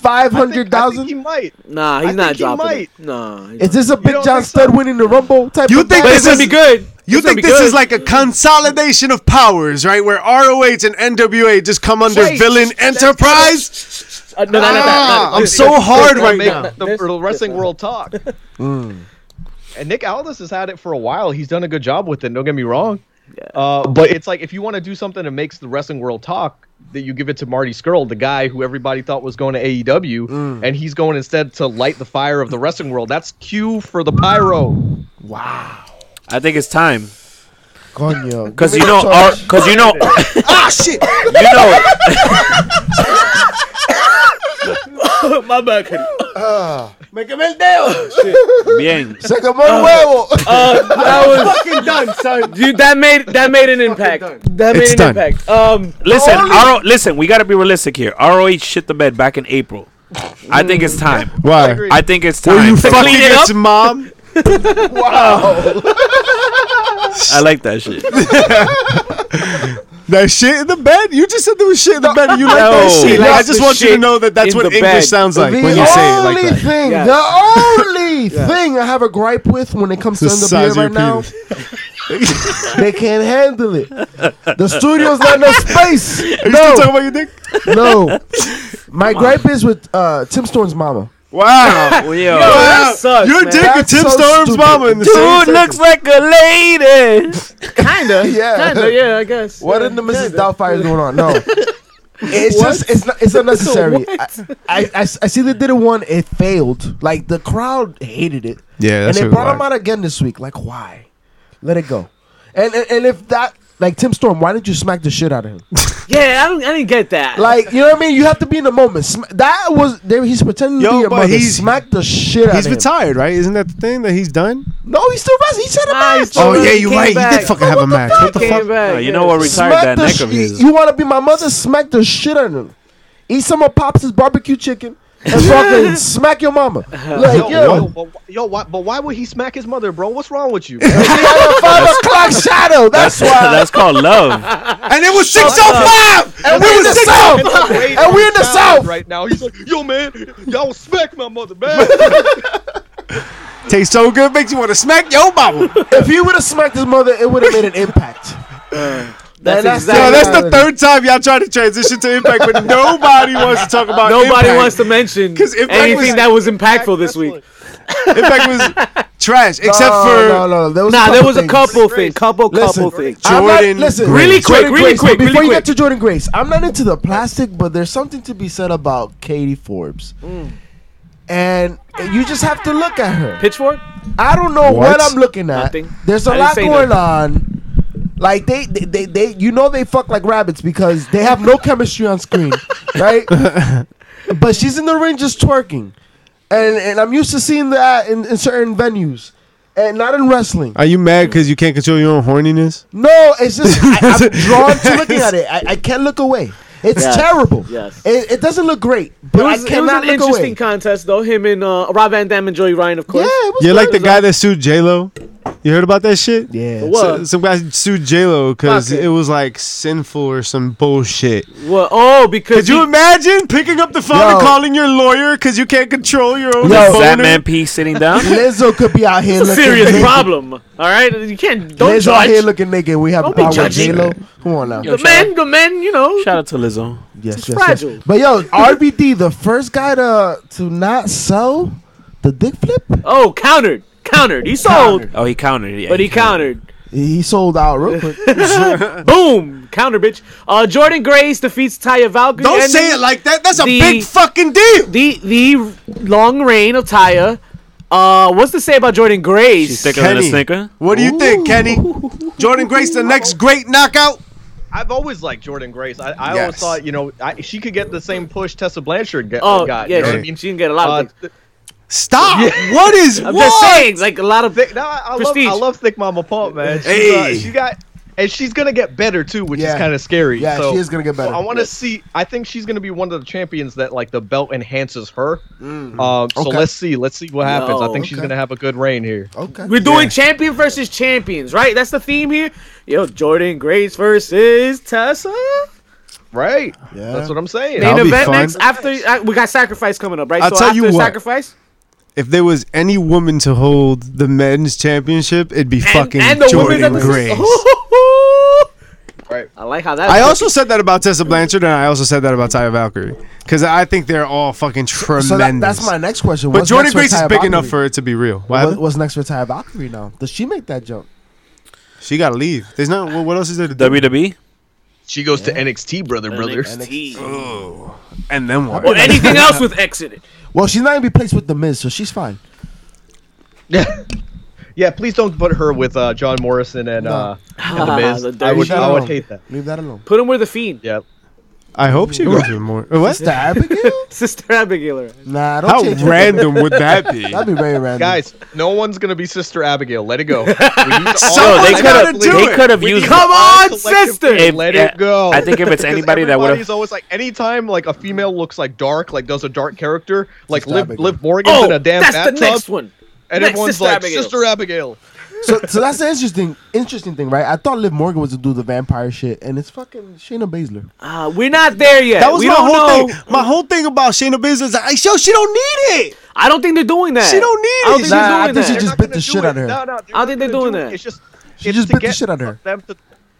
Five hundred He thoush? might. nah, he's I not think he dropping. might. It. Nah, he's Is this a Big don't John think Stud so? winning the Rumble type? You of match? think But this it's gonna is- be good. you It's gonna think be this good. is like a consolidation of powers, right? Where ROH and NWA just come under Wait. villain enterprise? Uh, no, no, no, no, no, Ah, no. I'm This- so hard That right make now. Mm. The This- wrestling world talk. And Nick Aldis has had it for a while. He's done a good job with it. Don't get me wrong. Uh, but it's like if you want to do something that makes the wrestling world talk, that you give it to Marty Skrull, the guy who everybody thought was going to AEW, Mm. and he's going instead to light the fire of the wrestling world. That's cue for the pyro. I think it's time Coño. because Give you me know, the torch. because you know, ah, shit. you know, My bad, Kenny. bien. Se quemó el huevo. Uh, that was fucking done, son. You that made that made an impact. That made It's an done. impact. Um, Listen, RO, listen, we gotta be realistic here. ROH shit the bed back in April. I think it's time. Why? agree. I think it's Were time. you to fucking clean it up. its mom? I like that shit. That shit in the bed? You just said there was shit in the bed. and You like No. that shit? She Like, I likes just the want you to shit know that that's in what the English bed. sounds like the when you say it like only that. thing, Yeah. the only thing I have a gripe with when it comes to The NWA size of your right now, penis. they can't handle it. The studio's not enough space. Are you No, still talking about your dick? no. My gripe is with uh, Tim Storm's mama. Wow. Yo, that sucks, You're man. digging That's Tim so Storm's stupid. mama in the same dude looks sentence. like a lady. Kinda. Yeah. Kinda. Yeah, I guess. What yeah, in the Mrs. kinda. Doubtfire is going on? No. It's just it's not, it's unnecessary. I, I, I, I see they did it one. It failed. Like the crowd hated it. Yeah, and that's they really brought him why. out again this week. Like why? Let it go. And and, and if that like Tim Storm, why didn't you smack the shit out of him? Yeah, I, don't, I didn't get that. Like you know what I mean? You have to be in the moment. Sm- that was there. He's pretending Yo, to be a but mother. he's- Smack the shit out He's of him. retired, right? Isn't that the thing that he's done? No, he's still wrestling. He said a Nah, he's match. still Oh, yeah, you're Came right. He did He back. did fucking fucking have a match. What the Came fuck? back, No, Oh, you yeah. know what retired Smack that the neck sh- of his. You want to be my mother? Smack the shit out of him. Eat some of Pops' barbecue chicken and fucking smack your mama. Like, yo, Yo, yo, but, yo why, but why would he smack his mother, bro? What's wrong with you? man? she had a five o'clock shadow. That's, why. that's called love. And it was 605! and we're in the south. and we're in the south. right now. He's like, yo, man, y'all smack my mother, man. Tastes so good, makes you want to smack your mama. If he would have smacked his mother, it would have made an impact. That's And exactly. Yo, that's the reality. third time y'all tried to transition to Impact, but nobody wants to talk about Nobody Impact. wants to mention 'Cause Impact was- anything that was impactful this week. Impact was trash, except No, no, for no, no. There was Nah, a there was a things. couple thing, couple couple Listen. things. I'm not- Jordan listen, Grace. Really quick, Jordan really Grace, quick, Before really you get quick. to Jordan Grace, I'm not into the plastic, but there's something to be said about Katie Forbes. Mm. And you just have to look at her. Pitchfork? I don't know What? what, I'm looking at. Nothing. There's a I didn't lot say going on. Like they, they, they, they, you know, they fuck like rabbits because they have no chemistry on screen, right? but she's in the ring just twerking, and and I'm used to seeing that in, in certain venues, and not in wrestling. Are you mad because you can't control your own horniness? No, it's just I, I'm drawn to looking at it. I, I can't look away. It's Yes. terrible. Yes. It, it doesn't look great, but It was, I it was cannot an look interesting away. contest, though. Him and uh, Rob Van Dam and Joey Ryan, of yeah, course. it was You're like the good. guy that sued J Lo. You heard about that shit? Yeah. What? So- some guy sued J Lo because Fuck it. it was like sinful or some bullshit. Well, oh, because Could you he- imagine picking up the phone and Yo. calling your lawyer because you can't control your own Yo. boner? Fat man P sitting down. Lizzo could be out here it's a looking serious naked. problem. All right, you can't. Don't Lizzo out judge. here looking naked. We have Don't be power with judging. J Lo. Come on now. Yo, the shout men, the men, you know. Shout out to Lizzo. yes, yes, fragile. yes. But yo, RBD, the first guy to to not sell the dick flip, Oh, countered, countered. He sold, Oh, he countered. Yeah, but he countered. he sold out real quick. Boom, counter, bitch. Uh, Jordan Grace defeats Taya Valkyrie. Don't ending say it like that. That's a The- big fucking deal. the the long reign of Taya. Uh, what's to say about Jordan Grace? She's thicker than a Kenny. snicker. What do you think, Kenny? Jordan Grace, the next great knockout. I've always liked Jordan Grace. I, I always Yes. thought, you know, I, she could get the same push Tessa Blanchard get, Oh, got. yeah, you know she, what I mean? she didn't get a lot Uh, of things. th- Stop. What is I'm what? just saying, like a lot of. thick, no, I, I love, Prestige. I love Thick Mama Pump, man. She's, Hey. uh, she got, and she's gonna get better too, which Yeah. is kind of scary. Yeah, So- she is gonna get better. I want to see. I think she's going to be one of the champions that like the belt enhances her. Mm. Um, so Okay. let's see. Let's see what happens. I Yo. think she's Okay. going to have a good reign here. okay. We're doing champion versus champions, right? That's the theme here. Yo, Jordan Grace versus Tessa. Right. Yeah. That's what I'm saying. That'll Main be event fun. next after uh, we got sacrifice coming up, right? I'll so tell after you what. sacrifice If there was any woman to hold the men's championship, it'd be fucking Jordan women's Grace. episode- Right. I like how that. I also said that about Tessa Blanchard, and I also said that about Tyra Valkyrie because I think they're all fucking tremendous. So that, that's my next question. But What's Jordan next for Grace is Taya big enough Valkyrie? for it to be real. What What, happened? what's next for Ty Valkyrie now? Does she make that jump? She got to leave. There's not. What what else is there to do? WWE. She goes to NXT, brother, brother. NXT. E and then what? Or anything else with X in it. Well, she's not gonna be placed with the Miz, so she's fine. Yeah. yeah. Please don't put her with uh, John Morrison and, No. uh, and the The Miz. I dirty would. I would shit. hate that. Leave that alone. Put him where the fiend. Yeah. I hope she goes with more. What? Sister Abigail? Sister Abigail. Nah, don't How change her. random would that be? That'd be very random. Guys, no one's gonna be Sister Abigail. Let it go. We need to all Yo, they Someone's could gotta have. do They it. could have We used. need Come all on, collectively sister! If- Let yeah, it go. I think if it's anybody that would've- He's always like, anytime like a female looks like dark, like does a dark character, like Sister Liv, Abigail. Liv Morgan's Oh, in a damn that's bathtub, the next one. and next everyone's Sister like, Abigail. Sister Abigail. So, so that's the interesting, interesting thing, right? I thought Liv Morgan was to do the vampire shit, and it's fucking Shayna Baszler. Uh, we're not there yet. That was we my don't whole know. thing. My whole thing about Shayna Business. I yo, she don't need it. I don't think they're doing that. She don't need I don't it. think Nah, I they're doing think she that. just not bit gonna the do shit out it. of her. No, no, I think they're not gonna doing do it. that. It's just She it's just to bit the get shit out of her. Them to,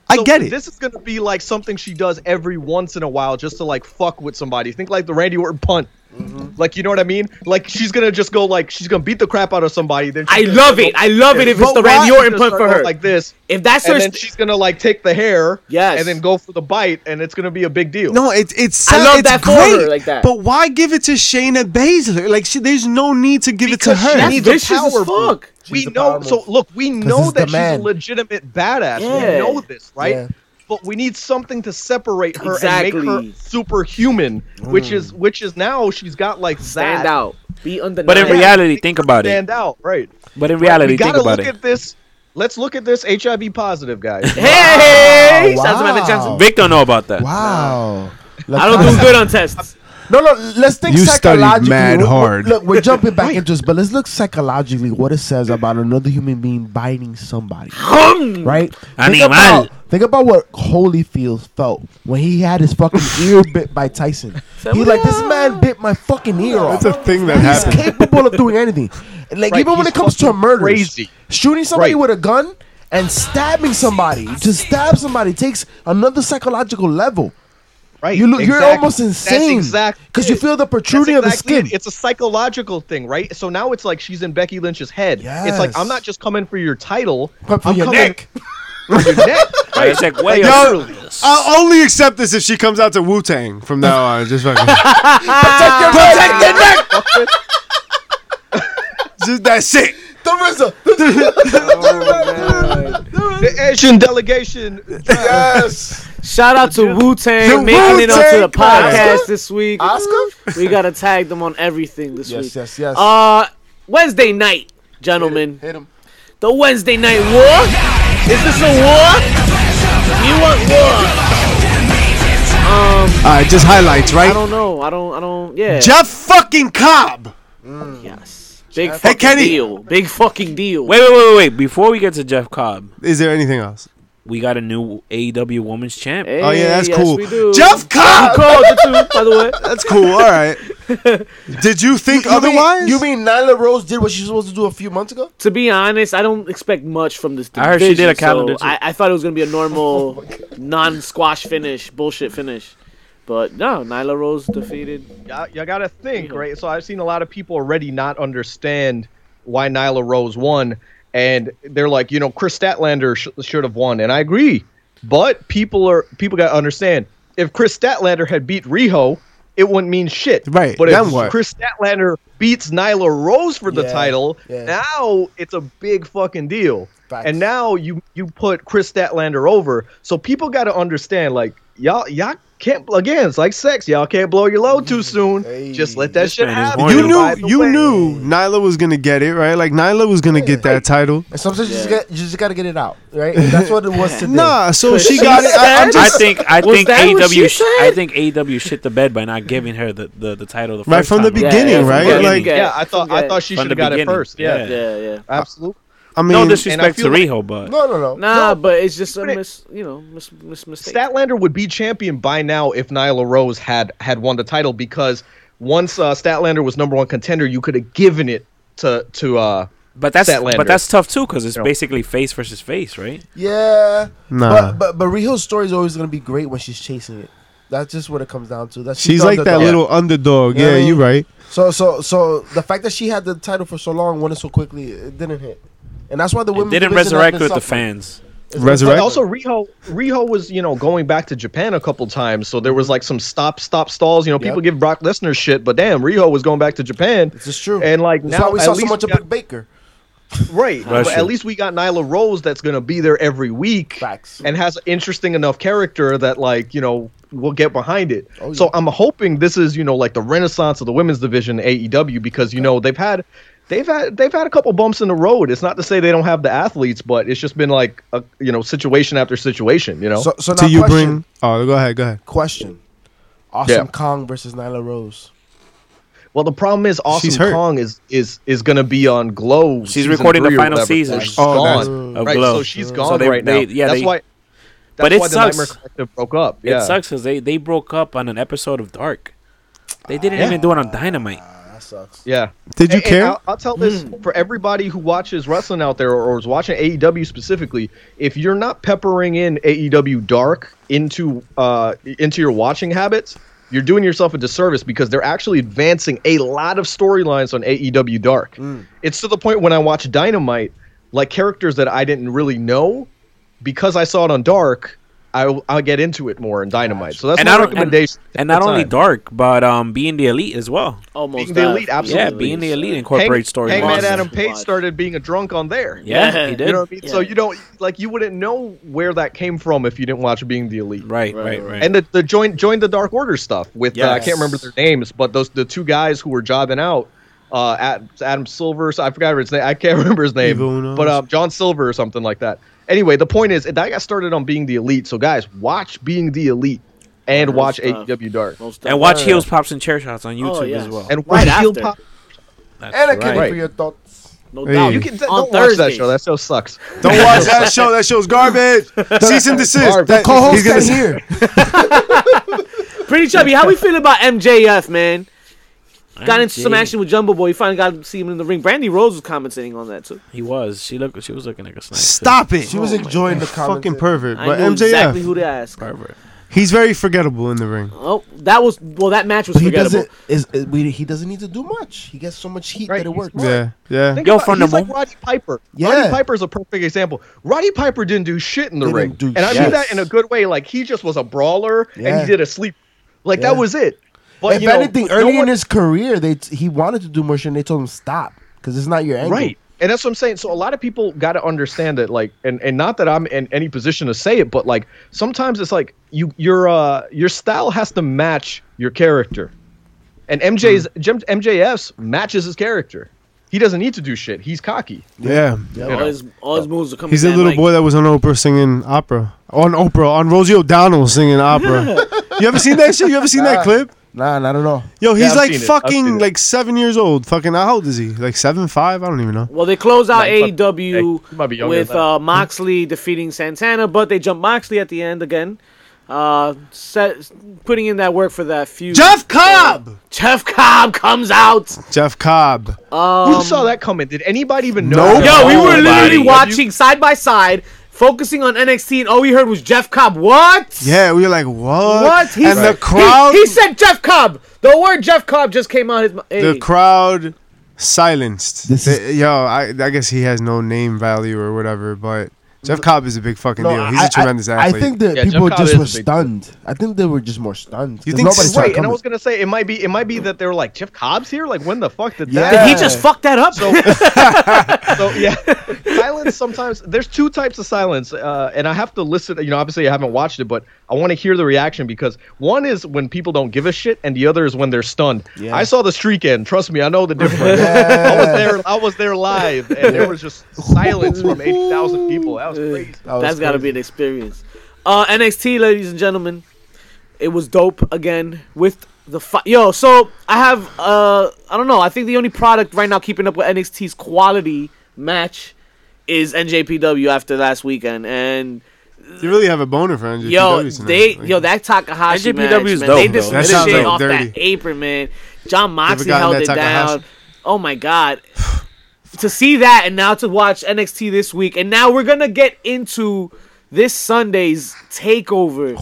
I so get it. This is gonna be like something she does every once in a while, just to like fuck with somebody. Think like the Randy Orton punt. Mm-hmm. Like you know what I mean? Like she's gonna just go like she's gonna beat the crap out of somebody. Then I she's gonna love go- it. I love it if it's But the why- Randy she's Orton gonna put start for off her. like this. If that's her, and then st- she's gonna like take the hair, Yes. and then go for the bite, and it's gonna be a big deal. No, it, it's I love it's that for great, her, like that. But why give it to Shayna Baszler? Like, she, there's no need to give Because it to her. she that's needs a vicious as power move. fuck. we She's a know. power So move. look, we it's know the that she's a man. legitimate badass. Yeah. We know this, right? Yeah. But we need something to separate her and Exactly. make her superhuman, which Mm. is which is now she's got like stand that. out, be undeniable. But in Yeah, reality, make think her about it. Stand out, right? But in reality, we think gotta about look it. at this. Let's look at this HIV positive guy. hey, Wow, shouts to Amanda wow. Johnson. Vic don't Oh. know about that. Wow. Let's I don't not- do good on tests. No, no. Let's think You studied psychologically. mad We're- we're- hard. Look, we're jumping back into this, but let's look psychologically what it says about another human being biting somebody. Right? Think Animal. about, think about what Holyfield felt when he had his fucking ear bit by Tyson. He like this man bit my fucking ear off. That's a thing that He's happened. capable of doing anything. Like Right, even when he's it comes to fucking murder, crazy. shooting somebody Right. with a gun and stabbing somebody to stab somebody takes another psychological level. Right. You look, you're exactly. almost insane. That's exactly. Because you it. feel the That's protruding exactly of the it. skin. It's a psychological thing, right? So now it's like she's in Becky Lynch's head. It's like Yes. I'm not just coming for your title. But for I'm your coming neck. For your neck. All right, it's like, wait, Yo, I'll only accept this if she comes out to Wu Tang from now on. Just fucking protect your neck. Just that shit. The RZA. The Asian delegation. Yes. Shout out to Wu The Tang making it onto the Wu-Tang Clan. podcast this week. Oscar? We gotta tag them on everything this Yes, week. yes, yes. Uh, Wednesday night, gentlemen. Hit him. The Wednesday night war. Is this a war? You want war? All right, just highlights, I right? don't know. I don't. I don't. Yeah. Jeff fucking Cobb. yes. Big fucking Kenny. deal. Big fucking deal. wait, wait, wait, wait. Before we get to Jeff Cobb, Is there anything else? we got a new AEW Women's Champ. Hey, Oh yeah, that's Eh, yes, cool. We do. Jeff You Cobb. called it too, by the way. That's cool. All right. Did you think otherwise? Mean, you mean Nyla Rose did what she was supposed to do a few months ago? To be honest, I don't expect much from this. I heard she did division, a calendar, so too. I, I thought it was gonna be a Oh normal, non-squash finish, bullshit finish, but no. Nyla Rose defeated. Y'all, y'all gotta think, right? So I've seen a lot of people already not understand why Nyla Rose won, and they're like, you know, Chris Statlander sh- should have won, and I agree. But people are people gotta understand if Chris Statlander had beat Riho, it wouldn't mean shit, Right, But then if what? Chris Statlander beats Nyla Rose for the Yeah, title, yeah. now it's a big fucking deal. Facts. And now you you put Chris Statlander over, so people gotta understand, like y'all y'all. Can't again. It's like sex. Y'all can't blow your load too soon. Just let that shit man is happen. horny. You Or knew you knew Nyla was gonna get it right. Like Nyla was gonna get that title. And sometimes you just get, you just gotta get it out, right? And that's what it was today. Nah, so she She got it. I, I'm said- I just think I Was think that what she AEW sh- I said? think AEW shit the bed by not giving her the, the, the title the right first from the time around. beginning, yeah, from right? the like beginning. yeah, I thought I thought she From should the have got it beginning. first. Yeah, Yeah. Yeah, yeah. absolutely. I mean, No and I disrespect to feel like- Riho, but No, no, no. Nah, but it's just a but it- mis, you know, mis, mis mistake. Statlander would be champion by now if Nyla Rose had had won the title because once uh, Statlander was number one contender, you could have given it to to. Uh, but that's Statlander. but that's tough too because it's basically face versus face, right? Yeah. Nah. But but but Riho's story is always gonna be great when she's chasing it. That's just what it comes down to. That's she's like that underdog. little underdog. You know Yeah, what I you're mean? right. So so so the fact that she had the title for so long, won it so quickly, it didn't hit, and that's why the women It didn't resurrect with the fans. Resurrect. but also, Riho Riho was you know going back to Japan a couple times, so there was like some stop stop stalls. You know, people Yep. give Brock Lesnar shit, but damn, Riho was going back to Japan. This is true. And like that's now why we at saw so least much of we got- Britt Baker. Right. But Russia. at least we got Nyla Rose that's going to be there every week Facts. and has interesting enough character that, like, you know, we'll get behind it. Oh, yeah. So I'm hoping this is, you know, like the renaissance of the women's division in AEW because, you know, they've had. They've had they've had a couple bumps in the road. It's not to say they don't have the athletes, but it's just been like a you know situation after situation. You know, So so now Till you question, bring. Oh, go ahead. Go ahead. question. Awesome Yeah. Kong versus Nyla Rose. well the problem is Awesome She's hurt. Kong is is is going to be on Glow. She's season recording the three or final whatever. season She's Oh, that's- gone. of right, Glow. so she's So gone they- right they- now. yeah, that's they- why. But That's it why sucks. the Nightmare Collective broke up. Yeah. It sucks because they, they broke up on an episode of Dark. They didn't Yeah. even do it on Dynamite. That sucks. Yeah. Did you And- and care? I'll, I'll tell this Mm. for everybody who watches wrestling out there or, or is watching AEW specifically. If you're E not peppering in AEW Dark into uh into your watching habits, you're doing yourself a disservice because they're actually advancing a lot of storylines on AEW Dark. Mm. It's to the point when I watch Dynamite, like characters that I didn't really know, because I saw it on Dark, I I get into it more in Dynamite. So that's and my not, recommendation. and, and not at the only time. dark, but um, being the elite as well. Almost Being the died. elite, absolutely. Yeah, being the elite Hang- incorporates storylines. Hangman Monsters Adam to Page watch. started being a drunk on there. Yeah, Yeah. he You did. You know what I mean? So Yeah. you don't like you wouldn't know where that came from if you didn't watch Being the Elite. right, Right, right, right. right. And the, the join join the Dark Order stuff with uh, I Yes. can't remember their names, but those the two guys who were jobbing out, uh, at Adam Silver, so I forgot his name. I can't remember his name, Evil knows. but um, John Silver or something like that. Anyway, the point is that got started on Being the Elite. So guys, watch Being the Elite and Real watch stuff. AEW Dark Most and watch died. heels, pops, and chair shots on YouTube yeah. as well. Oh, and watch Right Heel after. Pop. That's Anakin right. for your thoughts. No Hey. doubt. You can don't on watch that Thursdays. show. That show sucks. Don't watch that show. That show's garbage. Cease and desist. Garbage. That, Co-host gonna- that here. Pretty chubby. How we feel about MJF, man? Got into some MJ. action with Jumbo Boy. Finally got to see him in the ring. Brandy Rose was commenting on that too. He was. She looked. She was looking like a sniper. Stop it. She was enjoying the comments. fucking pervert. I But knew MJF, exactly who to ask. Pervert. he's very forgettable in the ring. Oh, that was well. That match was But he forgettable. doesn't. Is, is we, he doesn't need to do much. He gets so much heat Right, that it he's works. smart. Yeah, yeah. Think Yo, about it. from the he's like mo- Roddy Piper. Yeah. Roddy Piper's a perfect example. Roddy Piper didn't do shit in the Didn't ring, do and I mean shit. that in a good way. Like he just was a brawler, and Yeah. he did a sleep. Like Yeah. that was it. But if you know, anything, no early one- in his career, they t- he wanted to do more shit, and they told him stop because it's not your angle. right and that's what i'm saying so a lot of people got to understand that like and, and not that i'm in any position to say it but like sometimes it's like you your uh your style has to match your character and mj's Hmm. Jim- mjf's matches his character he doesn't need to do shit he's cocky Yeah. all, his, all his moves are coming. He's a down, little like, boy that was on Oprah singing opera. On Oprah, on Rosie O'Donnell singing opera. you ever seen that shit? You ever seen that clip? Nah, not at all. Yo, he's I've like seen it. I've seen fucking it. like seven years old. Fucking how old is he? Like seven, five? I don't even know. Well, they close out Nah, he fuck- hey, AEW he might be younger with than that. uh, Moxley defeating Santana, but they jump Moxley at the end again, uh, set, putting in that work for that feud. Jeff Cobb! Jeff Cobb comes out. Jeff Cobb. who saw that coming did anybody even know Nope. Yo, we were Nobody. literally Have you- watching side by side, focusing on NXT, and all we heard was Jeff Cobb. What? Yeah, we were like, what? What? He and said- the crowd He, he said Jeff Cobb. The word Jeff Cobb just came out his. mou- Hey, the crowd silenced. This The- yo, I, I guess he has no name value or whatever, but Jeff Cobb is a big fucking deal. He's a a tremendous athlete. I think that Yeah, Jeff people Cobb just is were a big- stunned. I think they were just more stunned. You 'cause think nobody so? saw it right and i coming. was gonna say it might be it might be that they're like jeff cobb's here like when the fuck did Yeah. that did he just fuck that up? So, so yeah, silence. Sometimes there's two types of silence, uh, and I have to listen. You know, obviously I haven't watched it, but I want to hear the reaction because one is when people don't give a shit, and the other is when they're stunned. Yeah. I saw the streak end. Trust me, I know the difference. I was there. I was there live, and there was just silence from eighty thousand people. That was crazy. That was That's got to crazy. be an experience. Uh, NXT, ladies and gentlemen, it was dope again with the fi- yo. So I have uh, I don't know. I think the only product right now keeping up with NXT's quality match is NJPW after last weekend, and you really have a boner for NJPW yo, tonight. they Like, yo that Takahashi match, NJPW is man, they dope, did though. some That sounds, shit like, off dirty. that apron, man. John Moxley gotten held that it Takahashi? down. Oh my god, to see that and now to watch NXT this week, and now we're gonna get into this Sunday's takeover.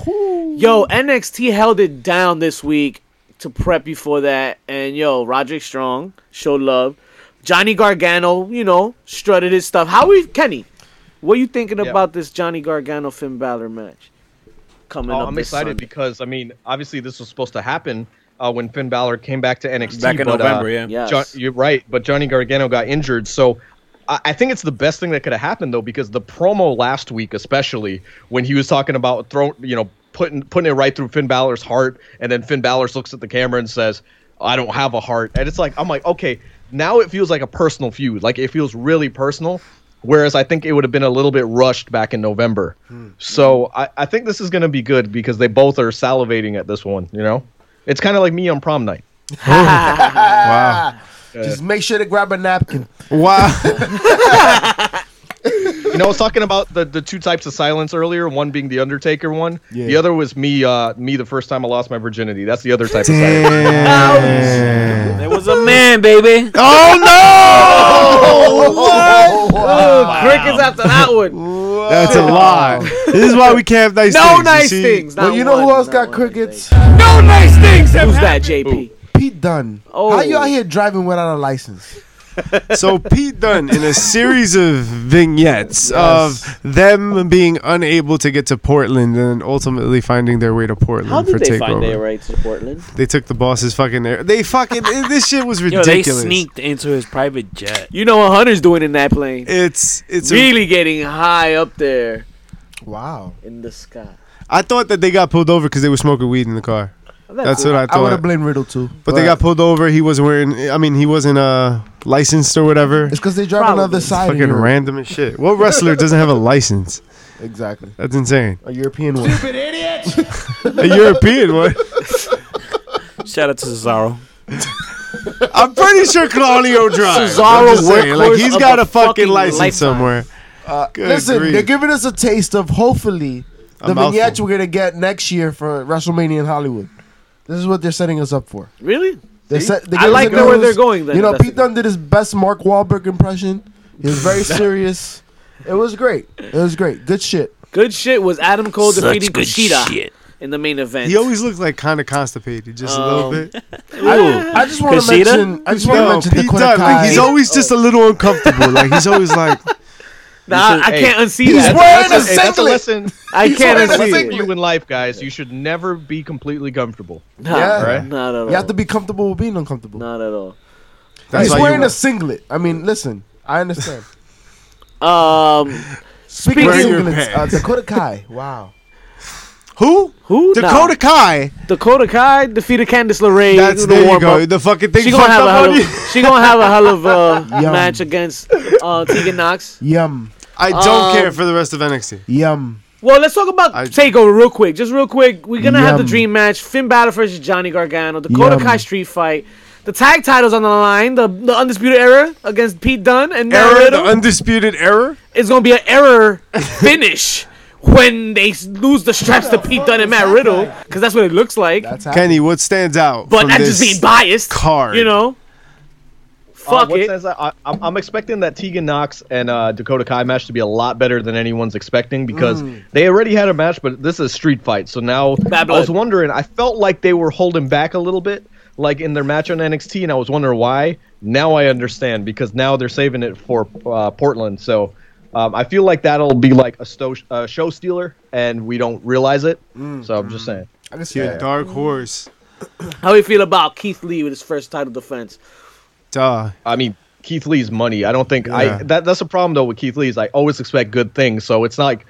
Yo, NXT held it down this week to prep you for that, and yo, Roderick Strong showed love. Johnny Gargano, you know, strutted his stuff. How we Kenny? What you thinking about this Johnny Gargano Finn Balor match coming Oh, up? I'm this excited Sunday? because I mean, obviously this was supposed to happen uh, when Finn Balor came back to NXT Back in but, uh, November, yeah. Yes. John, you're right, but Johnny Gargano got injured, so I, I think it's the best thing that could have happened though, because the promo last week, especially when he was talking about throw, you know, putting putting it right through Finn Balor's heart, and then Finn Balor looks at the camera and says, "I don't have a heart," and it's like I'm like, okay, now it feels like a personal feud, like it feels really personal. Whereas I think it would have been a little bit rushed back in November. So I, I think this is going to be good because they both are salivating at this one, you know? It's kind of like me on prom night. wow, Just make sure to grab a napkin. wow. you know, I was talking about the, the two types of silence earlier. One being the Undertaker one. Yeah. The other was me. Uh, me the first time I lost my virginity. That's the other type of silence. Damn. There was a man, baby. oh no! Oh, wow. crickets after that one. That's a lie. This is why we can't have nice No things. you nice see? things. Well, not you know one, who else not got one nice crickets? thing. No nice things. Have Who's that, JP? Pete Dunn. How you Oh. out here driving without a license? So Pete Dunn, in a series of vignettes of them being unable to get to Portland and ultimately finding their way to Portland How for did they takeover, find their way to Portland? they took the boss's fucking air. They fucking this shit was Yo, ridiculous. they sneaked into his private jet. You know what Hunter's doing in that plane? It's it's. a- really getting high up there Wow. In the sky. I thought that they got pulled over because they were smoking weed in the car. That's what I I would thought. have blamed Riddle too. uh, but they got pulled over. He wasn't wearing. I mean, he wasn't uh licensed or whatever. It's because they drive on the Probably. other side. of Fucking Europe. random as shit. What wrestler doesn't have a license? Exactly. That's insane. A European one. A European one. Shout out to Cesaro. I'm pretty sure Claudio drives. Cesaro I'm just saying, workhorse like he's of got a a fucking fucking license lifetime. somewhere. Good Listen, grief. they're giving us a taste of hopefully A the mouthful. vignettes we're gonna get next year for WrestleMania in Hollywood. This is what they're setting us up for. Really? They set. They I gave us like a where nose. they're going then, You know, that's Pete it. Dunne did his best Mark Wahlberg impression. He was very serious. It was great. It was great. Good shit. Good shit was Adam Cole defeating Such good Kushida shit. in the main event. He always looks like kind of constipated, just a little Um, bit. I, I just want to Kushida? mention. I just want to No, mention the Pete Dunne, like, he's Kai- always just a little uncomfortable. like he's always like, Nah, should- I hey, can't unsee he's that. wearing- That's a a- hey, that's a singlet. lesson. I can't wearing a That's a unsee lesson for it. you in life, guys. You should never be completely comfortable. Nah, Yeah. Right? not at all. You have to be comfortable with being uncomfortable. not at all. that's he's why you wearing a want- singlet. I mean, listen. I understand. Um, Speaking of Wearing your singlets, uh, pants. Dakota Kai. Wow. who? who? Dakota Kai. Nah. Dakota Kai defeated Candice LeRae. That's in the there you warm-up. go. The fucking thing She gonna fucked have a up hell on you. of, she gonna have a hell of a Yum. match against uh, Tegan Knox. Yum. I don't care Um, for the rest of NXT. Yum. Well, let's talk about I- Takeover real quick. Just real quick, we're gonna have the Yum. dream match: Finn Balor versus Johnny Gargano, Dakota Yum. Kai street fight, the tag titles on the line, the, the undisputed era against Pete Dunne and Matt Error, the Riddle. undisputed error. it's gonna be an error finish when they s- lose the straps to Pete Dunne and Matt Riddle, because that's what it looks like. That's happening. Kenny, what stands out? but from that's this? just being biased, card. you know. Fuck Uh, what it. says that? I, I'm, I'm expecting that Tegan Knox and uh, Dakota Kai match to be a lot better than anyone's expecting because they already had a match, but this is a street fight. So now Mm. Bad I was blood. wondering. I felt like they were holding back a little bit, like in their match on NXT, and I was wondering why. Now I understand because now they're saving it for uh, Portland. So. Um, I feel like that'll be like a, sto- a show stealer, and we don't realize it. Mm. So I'm just saying. I can see Your that. dark horse. How you feel about Keith Lee with his first title defense? Duh. I mean, Keith Lee's money. I don't think Yeah. I that that's the problem though with Keith Lee is I always expect good things. So it's not like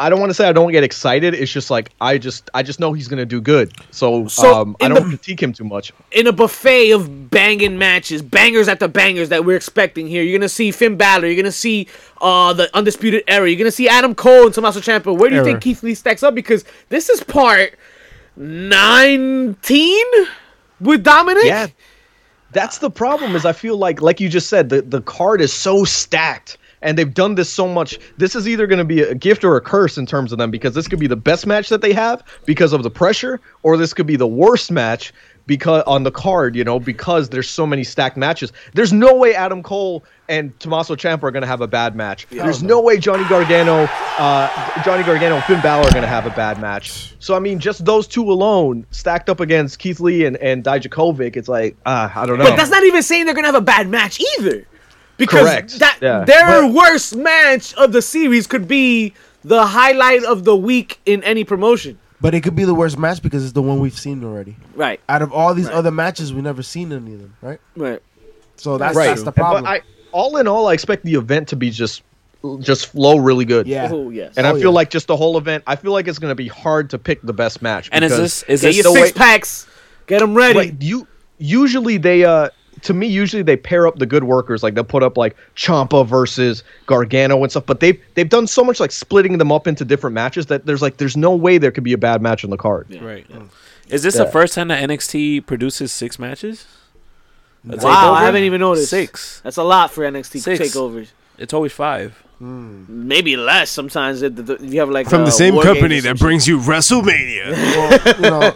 I don't want to say I don't get excited. It's just like I just I just know he's gonna do good. So, So, um, I in don't the- critique him too much. in a buffet of banging matches, bangers after bangers that we're expecting here. You're gonna see Finn Balor. You're gonna see uh, the Undisputed Era. You're gonna see Adam Cole and Tommaso Ciampa. Where do you Era. think Keith Lee stacks up? Because this is part nineteen with Dominic. Yeah. That's the problem is I feel like like you just said the the card is so stacked and they've done this so much. This is either going to be a gift or a curse in terms of them because this could be the best match that they have because of the pressure or this could be the worst match because on the card, you know, because there's so many stacked matches. There's no way Adam Cole and Tommaso Ciampa are going to have a bad match. there's no way Johnny Gargano, uh, Johnny Gargano and Finn Balor are going to have a bad match. So I mean, just those two alone stacked up against Keith Lee and and Dijakovic, it's like uh, I don't know. But that's not even saying they're gonna have a bad match either. Because Correct. that Yeah. their worst match of the series could be the highlight of the week in any promotion. But it could be the worst match because it's the one we've seen already. Right. Out of all these other matches, we've never seen any of them, right? Right. So that's right. that's the problem. But I, all in all, I expect the event to be just just flow really good. yeah. Oh yes. And I Oh, feel yeah. like just the whole event, I feel like it's going to be hard to pick the best match. And is this because- is Get this your the six way? packs. Get them ready. Right, you usually they uh to me usually they pair up the good workers like they'll put up like Champa versus Gargano and stuff, but they've they've done so much like splitting them up into different matches that there's like there's no way there could be a bad match on the card. Right. Is this the first time that NXT produces six matches? A Wow, I takeover? haven't even noticed. Six. That's a lot for NXT Six. takeovers. It's always five. Maybe less sometimes. If, the- if you have like From uh, the same War Games company or some that shit. brings you WrestleMania. Well, you know,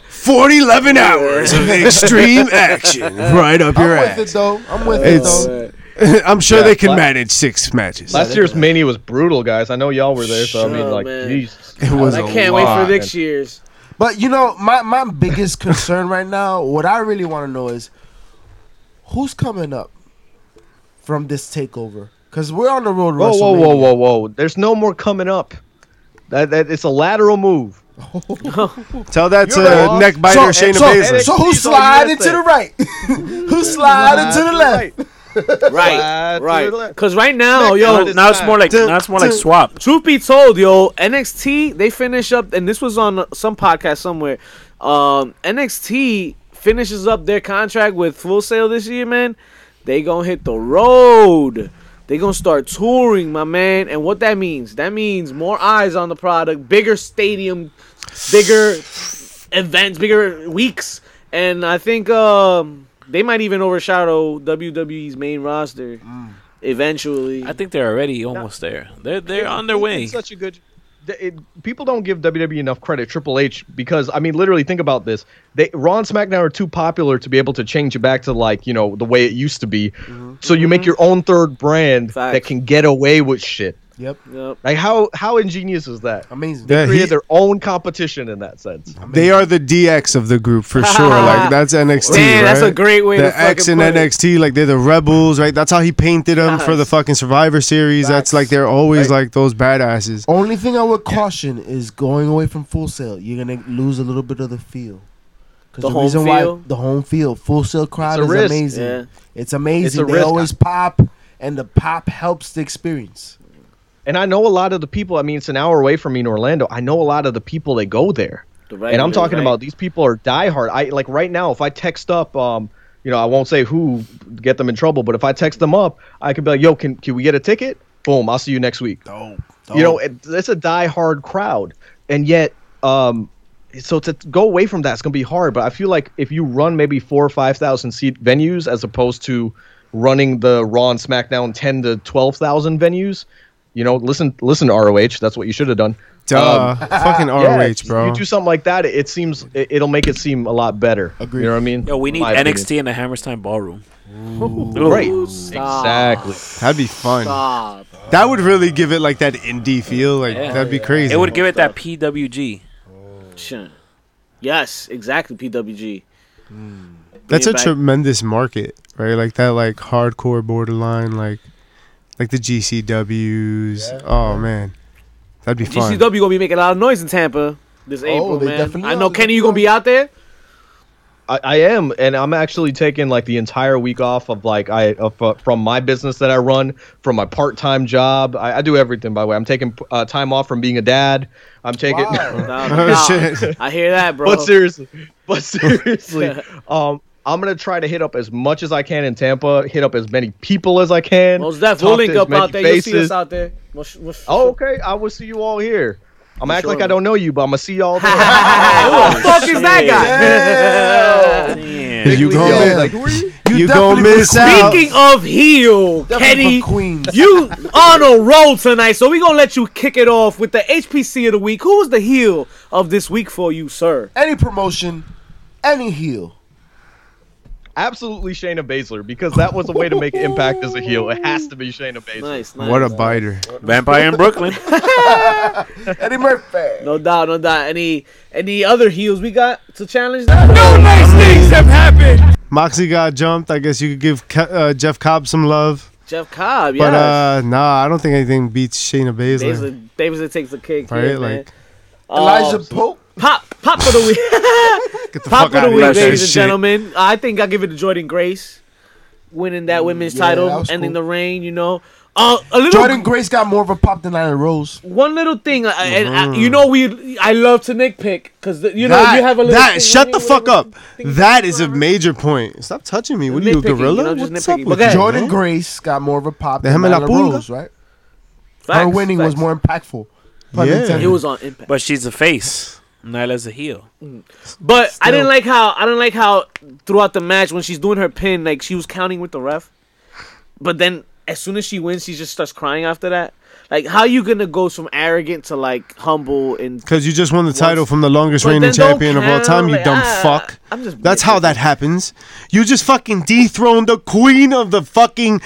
40, 11 hours of extreme action right up I'm your with ass. it though. I'm with It's- it though. I'm sure Yeah, they can la- manage six matches. Last year's Mania was brutal, guys. I know y'all were there, so I mean, Sure, like, man. Jesus. It was I a can't wait for lot. next year's. But you know, my, my biggest concern right now, what I really want to know is who's coming up from this takeover? Because we're on the road. to Whoa, whoa, whoa, WrestleMania. whoa, whoa! There's no more coming up. That, that it's a lateral move. Tell that to You're right. neckbiter So, Shayna so, Baszler. so who's She's on sliding to USA. the right? who's sliding to the left? Right, Right to the right. left. Because right now, Next yo, one is- Now it's more like Duh, now it's more like duh. swap. truth be told, yo, NXT they finish up, and this was on some podcast somewhere. Um, NXT finishes up their contract with Full Sail this year, man. They gonna hit the road. They gonna start touring, my man. And what that means? That means more eyes on the product, bigger stadium, bigger events, bigger weeks. And I think um, they might even overshadow WWE's main roster eventually. I think they're already almost there. They're they're on their way. It's such a good. th- It, people don't give WWE enough credit, Triple H, because I mean, literally, think about this. They Raw and SmackDown are too popular to be able to change it back to like you know the way it used to be. So you make your own third brand that Facts. can get away with shit. Yep. Yep. Like how how ingenious is that? Amazing. Yeah, Create he- their own competition in that sense. they are the DX of the group for sure. Like that's NXT. Man, that's a right? great way the to fucking X and put it. NXT, like they're the rebels, right? That's how he painted them for the Yes. fucking Survivor Series. That's Facts. like they're always Right. like those badasses. Only thing I would caution is going away from full sale. You're gonna lose a little bit of the feel. 'Cause The home feel? the home field, full sale crowd a is risk. amazing. Yeah. It's amazing. It's a they risk. always pop, and the pop helps the experience. And I know a lot of the people. I mean, it's an hour away from me in Orlando. I know a lot of the people that go there. The right and I'm way, talking right? about these people are diehard. I like right now. If I text up, um, you know, I won't say who get them in trouble, but if I text them up, I could be like, "Yo, can can we get a ticket? Boom, I'll see you next week." Oh, You know, it, it's a diehard crowd, and yet, um, so to go away from that's gonna be hard. But I feel like if you run maybe four or five thousand seat venues as opposed to running the Raw and SmackDown ten to twelve thousand venues, you know, listen, listen to ROH. That's what you should have done. Um, Duh, fucking Yeah, ROH, you- bro. You do something like that, it seems it, it'll make it seem a lot better. You know what I mean? Yo, we In need my NXT in the Hammerstein Ballroom. opinion. Right. Stop. Exactly. That'd be fun. Stop. That would really give it like that indie feel. Like Yeah. that'd be crazy. It would give it that PWG. Shun. Yes, exactly. PWG. That's Bring a it back. tremendous market, right? Like that, like hardcore borderline, like like the GCWs. oh man, that'd be fun. GCW gonna be making a lot of noise in Tampa this April, they man. definitely I are. know They Kenny, you gonna definitely be out there. I, I am, and I'm actually taking like the entire week off of like I of, uh, from my business that I run, from my part-time job. I, I do everything by the way. I'm taking uh, time off from being a dad. I'm taking. Nah, Oh, nah. shit. I hear that, bro. but seriously, but seriously, um, I'm gonna try to hit up as much as I can in Tampa. Hit up as many people as I can. Most definitely, we'll link up talk to as many out there. You'll see faces. us out there. We'll sh- we'll sh- Oh, okay. I will see you all here. I'm gonna act like I don't know you, but I'm gonna see y'all there. Who the fuck is that guy? Damn. Yo, you gonna like, you, gonna definitely miss out? Speaking of heel, Definitely Kenny, from Queens. you on a roll tonight, so we gonna let you kick it off with the HPC of the week. Who was the heel of this week for you, sir? Any promotion, any heel. absolutely Shayna Baszler because that was a way to make impact as a heel. It has to be Shayna Baszler. Nice, nice. What a biter! Vampire in Brooklyn. Eddie Murphy. No doubt, no doubt. Any any other heels we got to challenge that? Moxie got jumped. I guess you could give Ke- uh, Jeff Cobb some love, Jeff Cobb, but yeah. uh nah, I don't think anything beats Shayna Baszler. Davidson, Davidson takes the kick. Right, here, man. like Elijah Oh, Pope. pop, pop for the week, Get the pop for fuck the outta here week, with that ladies and shit. gentlemen. I think I give it to Jordan Grace, winning that women's Mm, yeah, that title, was ending cool. the reign. You know, uh, a little Jordan Grace got more of a pop than Nyla Rose. one little thing, uh, and I, you know, we I love to nitpick because you know Mm-hmm. That, you have a little. that thing, shut the whatever, fuck up. thing- That is a whatever. major point. Stop touching me. What Nitpicking, are you, you a gorilla? know, just What's up nitpicking. with But you, go Jordan man? Grace got more of a pop than Déjame la Nyla pulga. Rose, right? Her Facts, winning was facts. more impactful. Pun Yeah. intended. It was on impact. But she's a face. Nyla's a heel. But I didn't Still. like how I didn't like how throughout the match when she's doing her pin, like she was counting with the ref. But then as soon as she wins, she just starts crying after that. Like how you gonna go from arrogant to like humble and Because you just won the title from the longest But reigning then don't champion of all time, you count, dumb like, fuck. ah, I'm just That's how nitpicking. that happens. You just fucking dethroned the queen of the fucking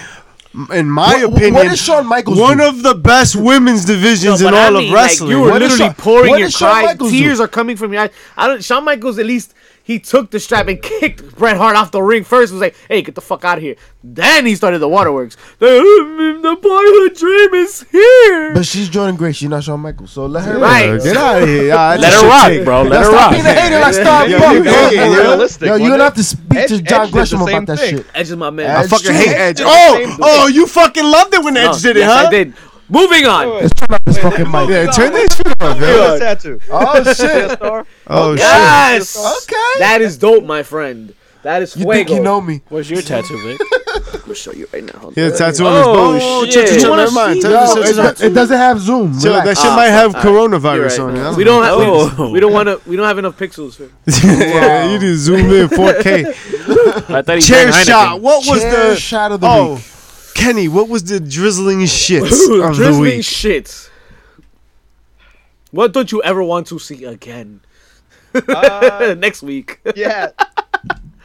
in my What- what opinion, is Shawn Michaels one do? of the best women's divisions No, in but I all mean, of like, wrestling. you were What does literally Shawn- what pouring your does Shawn cry. Michaels do? Tears are coming from your eyes. I don't. Shawn Michaels at least he took the strap and kicked Bret Hart off the ring first. Was like, hey, get the fuck out of here. Then he started the waterworks. The, the boyhood dream is here. But she's Jordan Grace. She's not Shawn Michaels. So let her. Right. Yo, Get out of here. Nah, Let that her shit rock, take- bro. Let her Stop being a rock. hater like Star Yeah, Punk. you gotta get yo. realistic, Yo, you don't wasn't have it? to speak Edge- to Edge John did the Gresham same about that thing. shit. Edge is my man. I Edge fucking did hate it. Edge. Edge did the Oh, same oh, you fucking loved it when Oh, Edge did it, yes, huh? I did. Moving on. This fucking mic. Yeah, turn this shit off, Look at yo. this tattoo. Oh shit. Oh, shit. Yes. Okay. That is dope, my friend. That is You fuego. think you know me? Where's your tattoo, Vic? I'm gonna show you right now. Hold Yeah, on. tattoo on his bone. Oh, Shit, shit, shit. shit, You wanna Never mind. see Tattoo, No, This tattoo, it, is tattoo. do- it doesn't have Zoom. Yo, that Relax. shit Ah, might have fuck, You're coronavirus right, on it. I man. don't We know. don't have. Oh. We, we don't want to. We don't have enough pixels here. yeah, you just zoom in 4K. I thought he Chair drank Heineken. shot. What was Chair the shot of the Oh, week? Kenny, what was the drizzling shits of the Drizzling week? shit. What don't you ever want to see again? Next week. Uh, Yeah.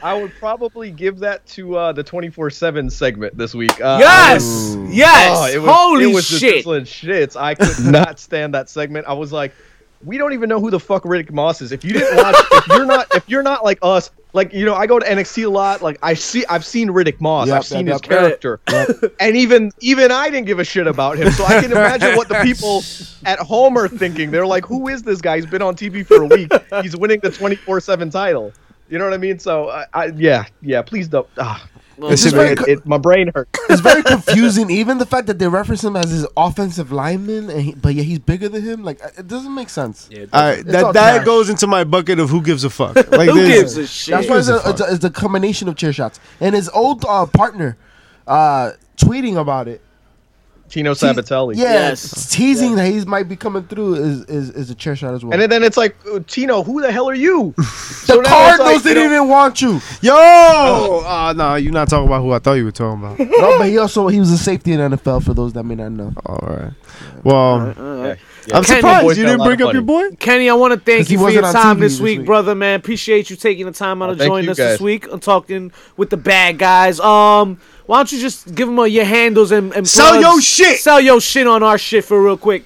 I would probably give that to uh, the 24/7 segment this week. Uh, Yes, yes. Oh, it was, Holy it was the shit! drizzling shits. I could not stand that segment. I was like, we don't even know who the fuck Riddick Moss is. If you didn't watch, if you're not, if you're not like us, like you know, I go to NXT a lot. Like I see, I've seen Riddick Moss. Yep, I've seen yep, his yep. character, and even even I didn't give a shit about him. So I can imagine what the people at home are thinking. They're like, who is this guy? He's been on TV for a week. He's winning the 24/7 title. You know what I mean? So I, I yeah, yeah. Please don't. ah. This shit it, it- my brain hurts. It's very confusing. Even the fact that they reference him as his offensive lineman, and he, but yeah, he's bigger than him. Like it doesn't make sense. Yeah, All right, all that that trash. goes into my bucket of who gives a fuck. Like Who this- gives a shit? That's why it's Who a, gives a it's, a, it's a combination of chair shots. And his old uh, partner uh, tweeting about it. Tino Sabatelli. Yeah, Yes. teasing that he might be coming through is, is, is a chair shot as well. And then- then it's like, uh, Tino, who the hell are you? the now it's like, Cardinals you didn't know- even want you. Yo, oh no, you're not talking about who I thought you were talking about. No, but he also he was a safety in NFL for those that may not know. All right. Well, uh, Yeah. I'm Kenny surprised Boy's you got a didn't lot bring of up your boy. Kenny, I want to thank 'Cause he you for your wasn't on time TV this this week, week. brother, man. Appreciate you taking the time out Oh, of thank joining you us this guys. week and talking with the bad guys. Um, why don't you just give them uh, your handles and, and Sell plugs. your shit! Sell your shit on our shit for real quick.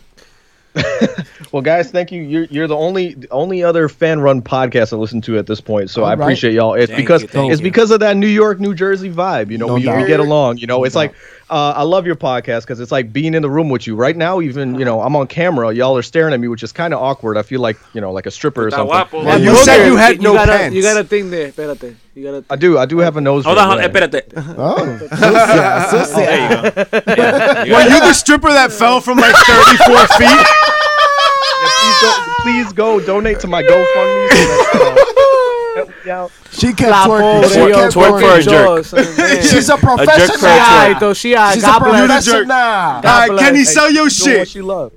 Well, guys, thank you. You're, you're the only the only other fan run podcast I listen to at this point, so I right. appreciate y'all. It's Thank because you, thank it's you. because of that New York, New Jersey vibe. You know, No we, we doubt. get along. You know, it's like uh, I love your podcast because it's like being in the room with you right now. Even you know, I'm on camera. Y'all are staring at me, which is kind of awkward. I feel like you know, like a stripper or something. Well, you Hold said on. you had no got pants. A, you got a thing there. Espérate. You got a I do. I do have a nose. Hold ring, on, hold on. yeah. Espérate. Oh, so sad, so sad. There you go. Were you the stripper that fell from like 34 feet? Yeah, please, go, please go donate to my GoFundMe. Oh, so that, uh, help me out. she kept Lapo, twerking. yo, She kept twerk for a twerking. jerk. She's She's a jerk for a professional. jerk. alright though. She alright. She's God a bless. the jerk. professional. All right, bless. Kenny, sell your Doing what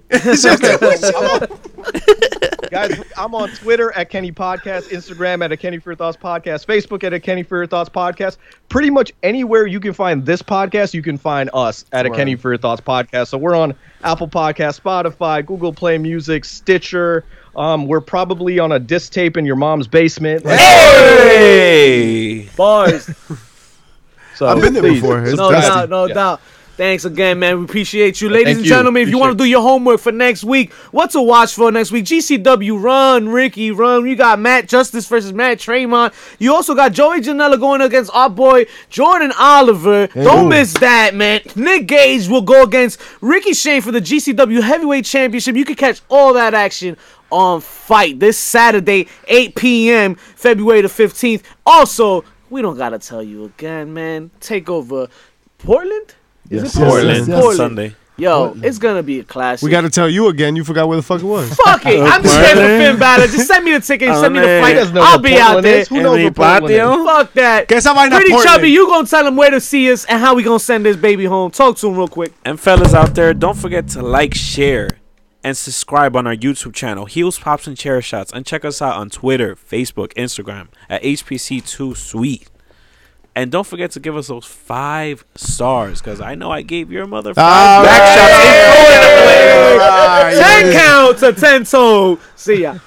shit. she loves. Guys, I'm on Twitter at Kenny Podcast, Instagram at a Kenny for Your Thoughts Podcast, Facebook at a Kenny for Your Thoughts Podcast. Pretty much anywhere you can find this podcast, you can find us at a Kenny for Your Thoughts Podcast. So we're on Apple Podcast, Spotify, Google Play Music, Stitcher. Um, we're probably on a disc tape in your mom's basement. Like, Hey. Bars. so I've been there please, before. It's No Dusty. doubt, no doubt. Thanks again, man. We appreciate you. Ladies Thank and you. gentlemen, if you want to Appreciate do your homework for next week, what to watch for next week? GCW Run, Ricky Run. You got Matt Justice versus Matt Tremont. You also got Joey Janela going against our boy Jordan Oliver. Don't miss that, man. Nick Gage will go against Ricky Shane for the GCW Heavyweight Championship. You can catch all that action on Fight this Saturday, 8 p.m., February the 15th. Also, we don't gotta tell you again, man. Take over Portland? Is it Portland. Yes, yes. Sunday. Yo, it's gonna be a classic. We got to tell you again. You forgot where the fuck it was. Fuck it. I'm just here for Finn Balor. Just send me the ticket. Send me the man. He flight. doesn't know I'll what be Portland out there. is. Who knows Emily what Portland is? Patio? Fuck that. Guess I might not Pretty Portland. chubby. You gonna tell him where to see us and how we gonna send this baby home? Talk to him real quick. And fellas out there, don't forget to like, share, and subscribe on our YouTube channel, Heels, Pops, and Chair Shots. And check us out on Twitter, Facebook, Instagram at HPC2Sweet. And don't forget to give us those five stars, because I know I gave your mother five. All back right. shots. Ah, All right. Ten count to ten toe. See ya.